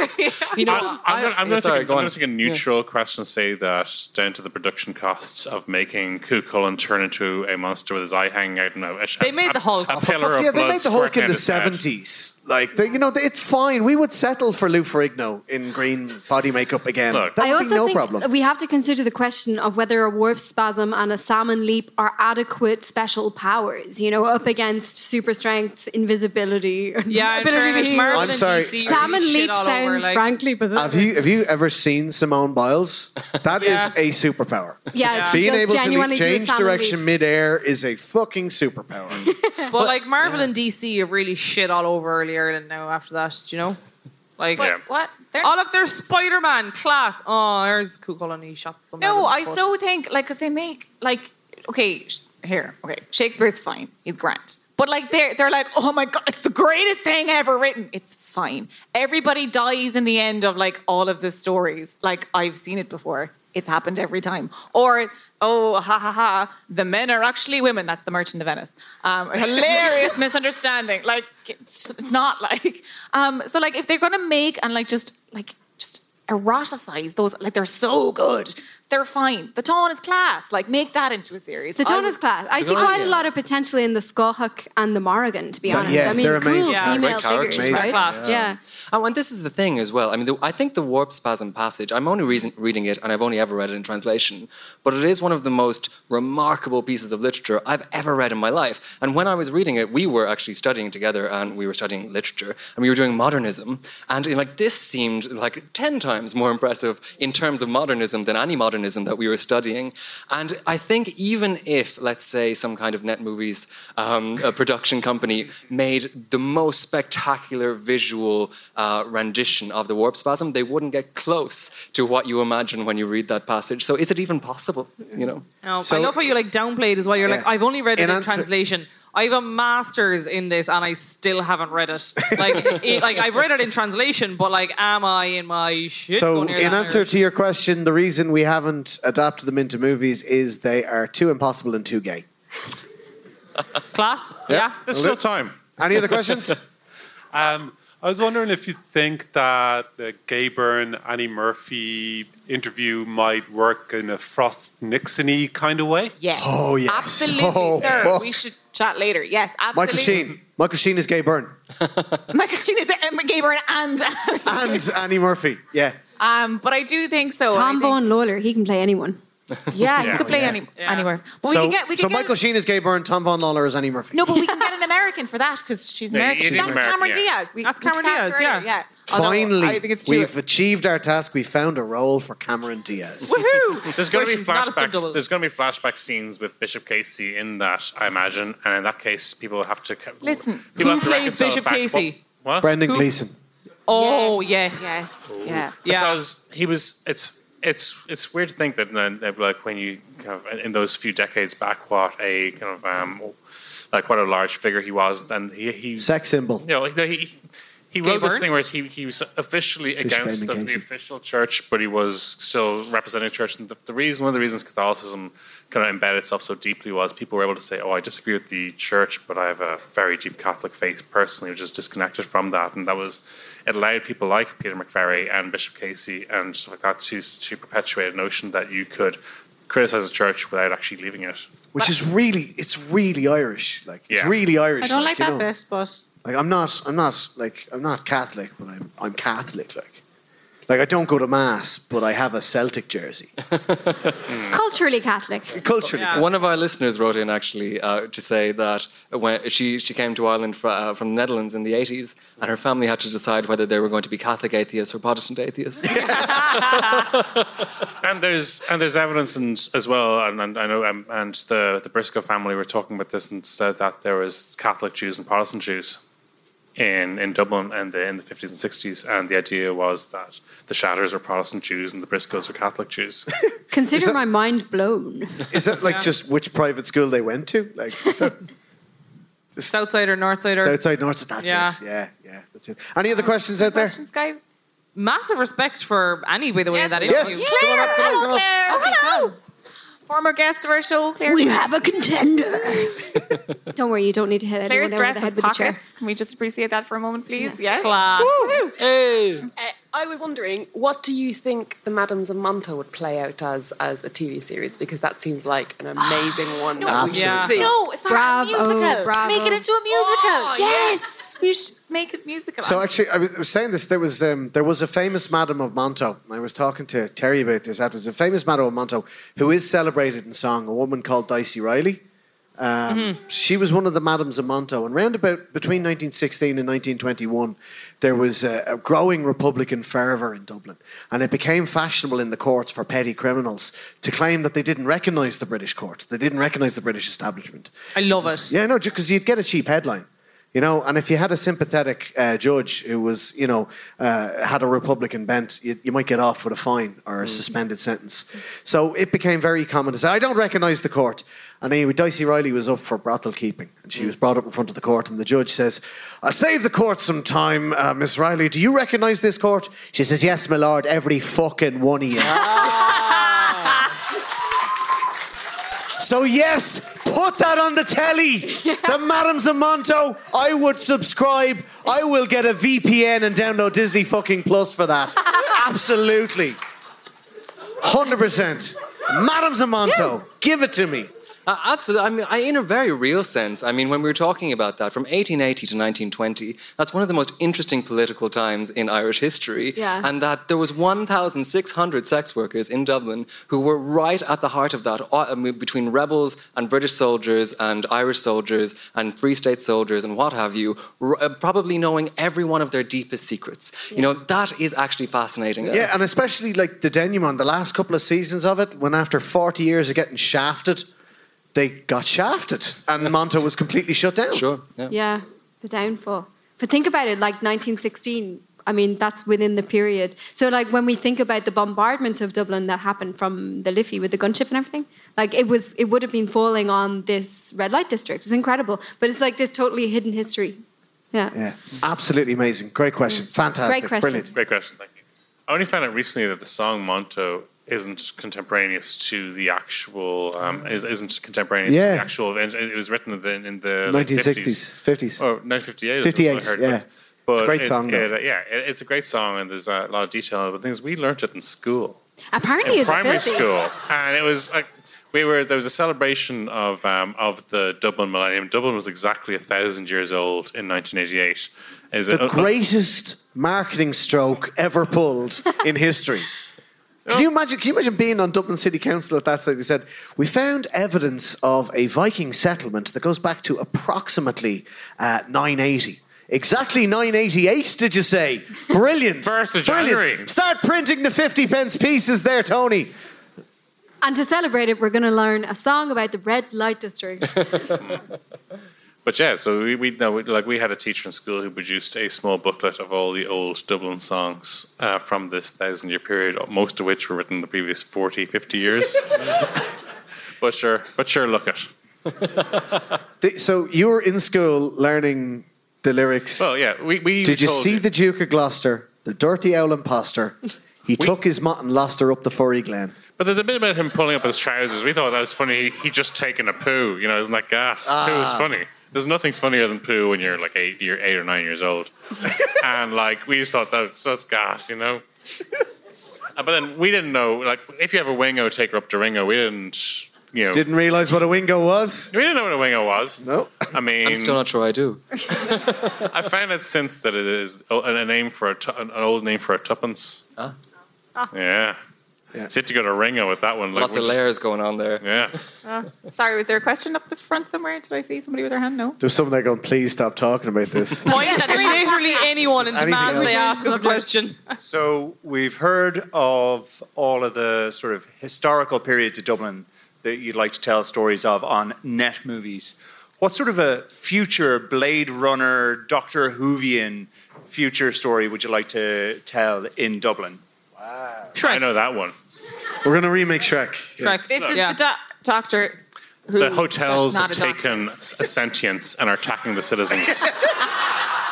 S9: you know,
S2: I, I'm, gonna, I'm,
S9: yeah,
S2: gonna
S9: sorry,
S2: take, a-
S9: go
S2: I'm
S9: on.
S2: gonna take a neutral question and say that down to the production costs of making Kukulin turn into a monster with his eye hanging out. No, a,
S3: They made
S2: a,
S3: the Hulk.
S2: A
S3: Oh, for
S2: pillar
S1: Fuck,
S2: of
S1: yeah, they
S2: blood
S1: made the Hulk
S2: squirting
S1: in
S2: out
S1: the
S2: his head.
S1: seventies. Like, they, you know, it's fine. We would settle for Lou Ferrigno in green body makeup again.
S2: Look.
S1: that
S8: I
S1: would
S8: also
S1: be no
S8: think
S1: problem.
S8: we have to consider the question of whether a warp spasm and a salmon leap are adequate special powers, you know, up against super strength, invisibility. *laughs*
S3: Yeah, in
S8: ability to
S3: fairness,
S8: heal.
S3: Marvel
S1: I'm
S3: and
S1: sorry.
S3: DC
S8: Salmon
S3: shit
S8: leap
S3: all over,
S8: sounds
S3: like-
S8: frankly but
S1: have you have you ever seen Simone
S2: *laughs*
S1: Biles? That is
S3: Yeah.
S1: a superpower.
S8: Yeah, yeah.
S1: Being
S8: does
S1: able to
S8: genuinely
S1: leap-
S8: do a
S1: change
S8: salmon
S1: direction
S8: leap.
S1: midair is a fucking superpower.
S3: But like Marvel and DC have really shit all over early Ireland now after that, do you know? Like
S5: Wait, what? They're-
S3: oh look, there's Spider Man class. Oh, there's Cool Colony. He shot somebody.
S5: No,
S3: with a
S5: I
S3: foot.
S5: so think like because they make like okay sh- here okay Shakespeare's fine he's grand but like they're they're like oh my god it's the greatest thing ever written it's fine everybody dies in the end of like all of the stories like I've seen it before it's happened every time or oh ha ha ha the men are actually women that's the Merchant of Venice um, a hilarious misunderstanding like it's, it's not like um, so like if they're gonna make and like just like just eroticize those like they're so good they're fine the tone is class like make that into a series
S8: The tone
S5: I-
S8: is class. I see quite a lot of potential in the Skohawk and the Morrigan, to be
S9: Yeah,
S8: honest. I mean,
S9: they're
S8: cool
S9: amazing. Yeah,
S8: female
S9: great characters,
S8: figures, right?
S9: amazing.
S8: Yeah.
S9: Yeah. Oh, and this is the thing as well. I mean, the, I think the warp spasm passage. I'm only reason, reading it, and I've only ever read it in translation. But it is one of the most remarkable pieces of literature I've ever read in my life. And when I was reading it, we were actually studying together, and we were studying literature, and we were doing modernism. And you know, like this seemed like ten times more impressive in terms of modernism than any modernism that we were studying. And I think even if, let's say, some kind of net movies um, a production company made the most spectacular visual uh, rendition of the warp spasm, they wouldn't get close to what you imagine when you read that passage. So is it even possible? You know.
S3: No, but
S9: So-
S3: Oh, I love how you like downplayed as well. You're like,
S9: Yeah.
S3: I've only read it
S9: In
S3: in,
S9: answer-
S3: translation. I have a master's in this, and I still haven't read
S1: *laughs*
S3: it. Like, it, like I've read it in translation, but like, am I in my *laughs* shit?
S1: So,
S3: going here
S1: in
S3: that
S1: answer
S3: Irish?
S1: to your question, the reason we haven't adapted them into movies is they are too impossible and too gay.
S3: class,
S2: There's still time.
S1: Any other questions?
S10: Um, I was wondering if you think that the Gayburn Annie Murphy interview might work in a Frost Nixon kind of way.
S5: yes
S1: Oh, yes.
S5: absolutely
S1: Oh,
S5: sir
S1: fuck.
S5: we should chat later yes absolutely
S1: Michael Sheen. Michael Sheen is gay burn.
S5: *laughs* Michael Sheen is Emma Gayburn and
S1: and Annie Murphy. Yeah.
S5: um but I do think so
S8: Tom
S5: I
S8: Vaughan Lawler, he can play anyone.
S5: think, yeah,
S1: Yeah.
S5: you could play
S1: Yeah.
S5: any, anywhere but
S1: so
S5: we can get we can
S1: so
S5: get
S1: Michael Sheen is gay burn. Tom Von Lawler is Annie Murphy.
S5: no but we can
S1: *laughs*
S5: get an American for that because she's
S1: Yeah,
S5: American
S1: it is
S5: that's
S1: American,
S5: Cameron
S1: yeah.
S5: Diaz we, that's Cameron
S3: Diaz,
S5: yeah yeah Although
S1: Finally,
S5: I think it's Jewish.
S1: we've achieved our task. We found a role for Cameron Diaz.
S3: Woohoo!
S2: There's going to be
S3: Versus not a sub double.
S2: flashbacks. There's going to be flashback scenes with Bishop Casey in that, I imagine, and in that case, people have to
S3: Listen,
S2: People
S3: who
S2: have to
S3: plays
S2: reconcile the
S3: Bishop
S2: fact-
S3: Casey?
S2: What?
S1: Brendan Gleeson.
S3: Oh yes,
S5: yes,
S2: Because he was. It's it's it's weird to think that uh, that, like when you kind of in those few decades back, what a kind of um, like what a large figure he was, and he he
S1: Sex symbol.
S2: you know, like, *laughs* no, he he wrote
S1: Gayburn?
S2: this thing where he he was officially
S1: Bishop
S2: against the,
S1: Brendan
S2: the
S1: Casey.
S2: official church, but he was still representing church. And the, the reason, one of the reasons Catholicism kind of embedded itself so deeply was people were able to say, "Oh, I disagree with the church, but I have a very deep Catholic faith personally, which is disconnected from that." And that was it allowed people like Peter McFerry and Bishop Casey and stuff like that to to perpetuate a notion that you could criticize the church without actually leaving it.
S1: Which is really, it's really Irish. Like it's
S2: Yeah.
S1: really Irish.
S5: I don't like
S1: you
S5: that
S1: know.
S5: bit but
S1: Like I'm not, I'm not like I'm not Catholic, but I'm I'm Catholic. Like, like I don't go to mass, but I have a Celtic jersey.
S8: Culturally Catholic.
S1: Culturally.
S9: One of our listeners wrote in actually uh, to say that when she, she came to Ireland fr- uh, from the Netherlands in the 80s, and her family had to decide whether they were going to be Catholic atheists or Protestant atheists.
S2: and there's and there's evidence and as well, and, and I know um, and the the Briscoe family were talking about this and said that there was Catholic Jews and Protestant Jews in in Dublin and the, in the fifties and sixties, and the idea was that the Shatters were Protestant Jews and the Briscoes were Catholic Jews.
S8: Consider my mind blown.
S1: Is that like just which private school they went to? Like is that
S3: Southsider, Northsider.
S1: Southside, Northside? That's
S3: Yeah.
S1: it. Yeah, yeah, that's it. Any other questions out there?
S5: guys.
S3: Massive respect for Annie, by the way, in that interview.
S1: Yes, come on up, come on, come on.
S5: hello former guest of our show Claire
S8: Oh, We have a contender. *laughs* don't worry, you don't need to hit anyone
S5: Claire's
S8: over
S5: dress
S8: the
S5: has
S8: head with the chair.
S5: pockets. Can we just appreciate that for a moment, please? Yes.
S3: Class.
S5: Woo.
S11: Uh, I was wondering, what do you think the Madams of Manta would play out as as a TV series? Because that seems like an amazing one.
S5: No,
S11: that we should
S5: yeah.
S11: see.
S5: no, it's not a musical.
S8: bravo.
S5: Make it into a musical. Oh, yes. We should make it musical.
S1: So actually, I was I was saying this. There was um, there was a famous Madam of Monto, and I was talking to Terry about this afterwards. A famous Madam of Monto who is celebrated in song, a woman called Dicey Riley. Um,
S3: Mm-hmm.
S1: She was one of the Madams of Monto, and round about between 1916 and 1921, there was a, a growing Republican fervour in Dublin, and it became fashionable in the courts for petty criminals to claim that they didn't recognise the British court, they didn't recognise the British establishment.
S3: I love it.
S1: Yeah, no, because you'd get a cheap headline. You know, and if you had a sympathetic uh, judge who was, you know, uh, had a Republican bent, you, you might get off with a fine or a suspended sentence. So it became very common to say, I don't recognise the court. And anyway, Dicey Riley was up for brothel keeping, and she was brought up in front of the court, and the judge says, I save the court some time, uh, Miss Riley. Do you recognise this court? She says, Yes, my lord, every fucking one of you. So yes, put that on the
S8: *laughs*
S1: telly. The Madame Zamanto, I would subscribe. I will get a VPN and download Disney fucking Plus for
S8: *laughs*
S1: that. Absolutely. 100%. Madame Zamanto, give it to me.
S9: Uh, absolutely. I mean, I, in a very real sense, I mean, when we were talking about that, from 1880 to 1920, that's one of the most interesting political times in Irish history.
S8: Yeah.
S9: And that there was 1,600 sex workers in Dublin who were right at the heart of that, uh, between rebels and British soldiers and Irish soldiers and Free State soldiers and what have you, r- uh, probably knowing every one of their deepest secrets. You know, that is actually fascinating.
S1: Yeah, and especially like the denouement, the last couple of seasons of it, when after 40 years of getting shafted, they got shafted and Monto was completely shut down. Sure.
S8: Yeah, the downfall. But think about it, like 1916. I mean, that's within the period. So, like when we think about the bombardment of Dublin that happened from the Liffey with the gunship and everything, like it was, it would have been falling on this red light district. It's incredible, but it's like this totally hidden history. Yeah.
S1: Yeah. Absolutely amazing. Great question. Fantastic.
S8: Mm. Great question.
S1: Brilliant.
S2: Great question, thank you. I only found out recently that the song Monto isn't contemporaneous to the actual um, is, isn't contemporaneous to
S1: Yeah.
S2: the actual it it was written in the, in the late
S1: 1960s, 50s.
S2: Oh, 1958 is what
S1: 58,
S2: I heard,
S1: yeah.
S2: but- but
S1: it's a great
S2: it-
S1: song, though.
S2: it, uh, yeah, it, it's a great song, and there's a lot of detail. But things we learnt it in school,
S8: Apparently,
S2: in
S8: it's
S2: primary
S8: filthy.
S2: school, and it was like we were. There was a celebration of um, of the Dublin Millennium. Dublin was exactly a thousand years old in 1988. Is
S1: the greatest marketing stroke ever pulled in history. Can you imagine? Can you imagine being on Dublin City Council at that stage? They said we found evidence of a Viking settlement that goes back to approximately uh, 980. Exactly 988, did you say? Brilliant. First of
S2: January.
S1: Start printing the 50 pence pieces there, Tony.
S8: And to celebrate it, we're going to learn a song about the red light district.
S2: But yeah, so we, we know we, like we had a teacher in school who produced a small booklet of all the old Dublin songs uh, from this thousand year period, most of which were written in the previous 40, 50 years. but sure, but sure, look at.
S1: Th- So you were in school learning the lyrics.
S2: Well, Oh, yeah, we, we
S1: Did you
S2: told-
S1: see the Duke of Gloucester, the dirty owl imposter? *laughs* He took his mutt and lost her up the furry glen.
S2: But there's a bit about him pulling up his trousers. We thought that was funny. He, he just taken a poo. You know, isn't that gas? Poo is
S1: Ah.
S2: funny. There's nothing funnier than poo when you're like eight, you're eight or nine years
S1: *laughs*
S2: old. and like we just thought that was just gas, you know. Uh, but then we didn't know. Like if you have a wingo, take her up to Ringo. We didn't, you know,
S1: Didn't realise what a wingo was.
S2: we didn't know what a wingo was.
S1: No.
S2: I mean,
S9: I'm still not sure I do.
S2: I found out since that it is o- a name for a tu- an old name for a tuppence.
S9: Ah.
S2: Yeah. It's yet to go to Ringo with that one.
S9: Lots of layers going on there.
S2: Yeah.
S5: Oh, sorry, was there a question up the front somewhere? Did I see somebody with their hand? No.
S1: There's someone there going, please stop talking about *laughs* this.
S3: Point at literally anyone and
S1: Anything
S3: demand
S1: else?
S3: they ask us a question.
S12: So we've heard of all of the sort of historical periods of Dublin that you'd like to tell stories of on net movies. What sort of a future Blade Runner, Doctor Whovian future story would you like to tell in Dublin? Wow.
S2: I know that one.
S1: We're going to remake Shrek.
S5: Shrek. This is the do- doctor. Who,
S2: The hotels have
S5: that's not a
S2: taken s- a sentience and are attacking the citizens.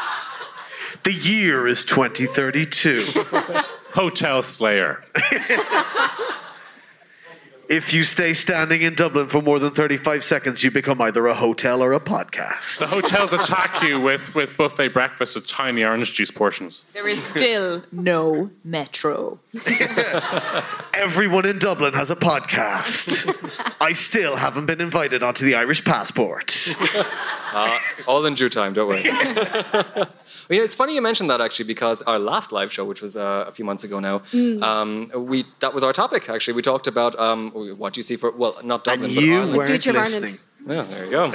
S2: *laughs*
S1: the year is 2032. *laughs*
S2: Hotel Slayer.
S1: If you stay standing in Dublin for more than 35 seconds, you become either a hotel or a podcast.
S2: The hotels attack you with, with buffet breakfast with tiny orange juice portions.
S5: There is still no metro.
S1: Everyone in Dublin has a *laughs* podcast. I still haven't been invited onto the Irish *laughs* passport.
S9: Uh, all in due time,
S1: *laughs*
S9: don't worry. Well, you know, it's funny you mentioned that actually because our last live show, which was uh, a few months ago now,
S13: Mm.
S9: um, we that was our topic actually. We talked about um, what do you see for well, not Dublin,
S1: And
S9: but
S1: you
S9: Ireland.
S1: weren't The future of Ireland. listening.
S9: Yeah, there you go.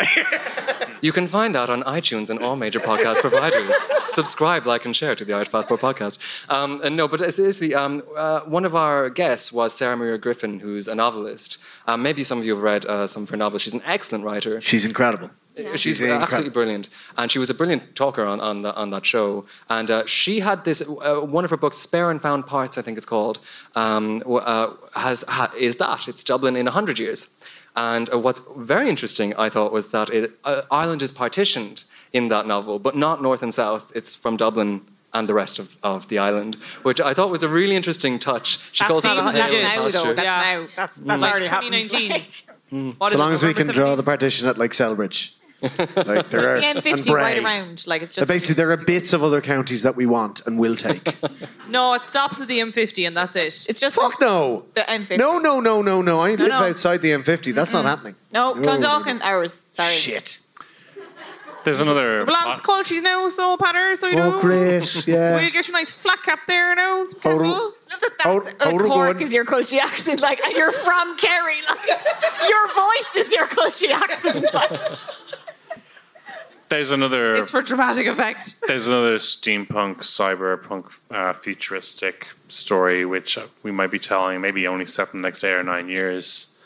S9: you can find that on iTunes and all major
S1: *laughs*
S9: podcast providers. Subscribe, like, and share to the Irish Passport podcast. Um, and no, but seriously, um, uh, one of our guests was Sarah Maria uh, Griffin, who's a novelist. Um, maybe some of you have read uh, some of her novels. She's an excellent writer.
S1: She's incredible.
S9: She's, absolutely brilliant, and she was a brilliant talker on on, the, on that show. And uh, she had this uh, one of her books, "Spare and Found Parts," I think it's called, um, w- uh, has ha, is that it's Dublin in hundred years. And uh, what's very interesting, I thought, was that it, uh, Ireland is partitioned in that novel, but not north and south. It's from Dublin and the rest of, of the island, which I thought was a really interesting touch. She
S5: that
S9: calls
S5: seems
S9: it
S5: that's
S9: the Tale of
S5: now, though.
S9: Pasture.
S5: That's now. That's, that's
S3: Like
S5: already happened.
S3: 2019.
S5: *laughs* Hmm.
S1: Mm.
S5: What
S1: so
S5: is it,
S1: long as we
S5: November
S1: can draw the partition at like Selbridge. like there are,
S5: Just the
S1: and
S5: M50 right
S1: Bray.
S5: around. Like it's
S1: But
S5: just
S1: basically, there are bits of other counties that we want and will
S5: *laughs*
S1: take.
S3: No, it stops at the M50 and that's it.
S5: It's just
S1: Fuck no.
S5: the M50.
S1: No, no, no, no, no. I
S5: No,
S1: live
S5: no.
S1: outside the M50. That's not
S5: Mm-mm.
S1: happening.
S5: No,
S1: No,
S5: Clondalkin hours. Sorry. Shit.
S2: There's another.
S3: Well, I'm called she's now so patter, so you know.
S1: Oh, great.
S3: We'll get your nice flat cap there now. It's
S1: Total-
S3: careful.
S1: Out-
S5: Like
S1: outer
S5: Cork
S1: one.
S5: is your culty accent, like, and you're from Kerry. Like, your voice is your culty *laughs* accent. Like.
S2: There's another.
S3: It's for dramatic effect.
S2: There's another steampunk, cyberpunk, uh, futuristic story which uh, we might be telling maybe only set in the next eight or nine years,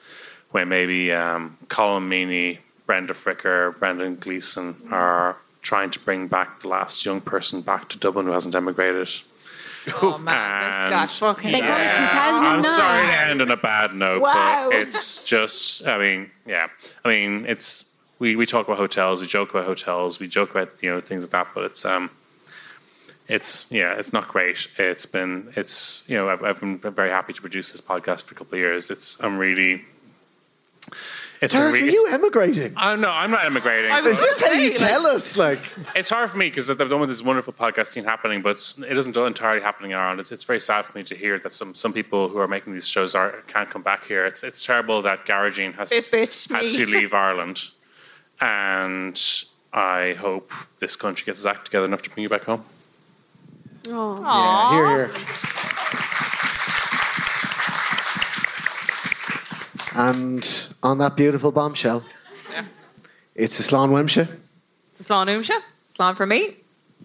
S2: where maybe um, Colin Meaney, Brenda Fricker, Brendan Gleeson are trying to bring back the last young person back to Dublin who hasn't emigrated.
S5: Oh
S2: man,
S5: Scotch fucking- They call it 2009.
S2: I'm sorry to end on a bad note,
S5: Wow.
S1: *laughs*
S2: but it's just. I mean, yeah. I mean, it's we, we talk about hotels, we joke about hotels, we joke about you know things like that, but it's um, it's yeah, it's not great. It's been it's you know I've, I've been very happy to produce this podcast for a couple of years. It's I'm really. It's been
S1: Derek, are
S2: really-
S1: you emigrating?
S2: Oh no, I'm not emigrating.
S1: *laughs* Is this how you tell us? Like,
S2: It's hard for me because at the moment there's this wonderful podcast scene happening, but it's- it isn't entirely happening in Ireland. It's, it's very sad for me to hear that some, some people who are making these shows are, can't come back here. It's it's terrible that Garagine has
S5: It bitched
S2: had
S5: me.
S2: to leave Ireland, and I hope this country gets its act together enough to bring you back home.
S1: yeah, here, here. And on that beautiful bombshell,
S3: Yeah.
S1: it's a Slán Wemsha.
S3: It's a slán Umsha.
S5: Slán for me.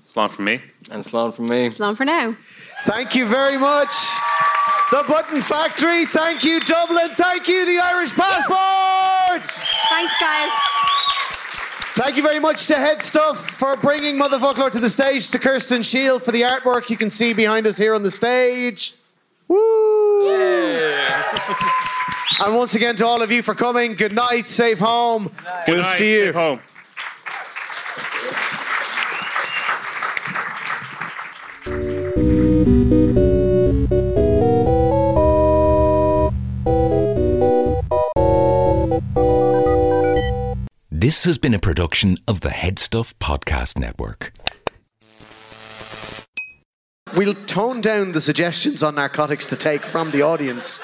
S2: Slán for me.
S9: And slán for me.
S8: Slán for now.
S1: Thank you very much, the Button Factory. Thank you, Dublin. Thank you, the Irish Passport.
S8: Thanks, guys.
S1: Thank you very much to Head Stuff for bringing Motherfucker to the stage, to Kirsten Shield for the artwork you can see behind us here on the stage. Woo! And once again to all of you for coming. Good night, safe home.
S2: Good
S1: we'll
S2: night,
S1: see you.
S2: safe home.
S14: This has been a production of the Headstuff Podcast Network.
S1: We'll tone down the suggestions on narcotics to take from the audience.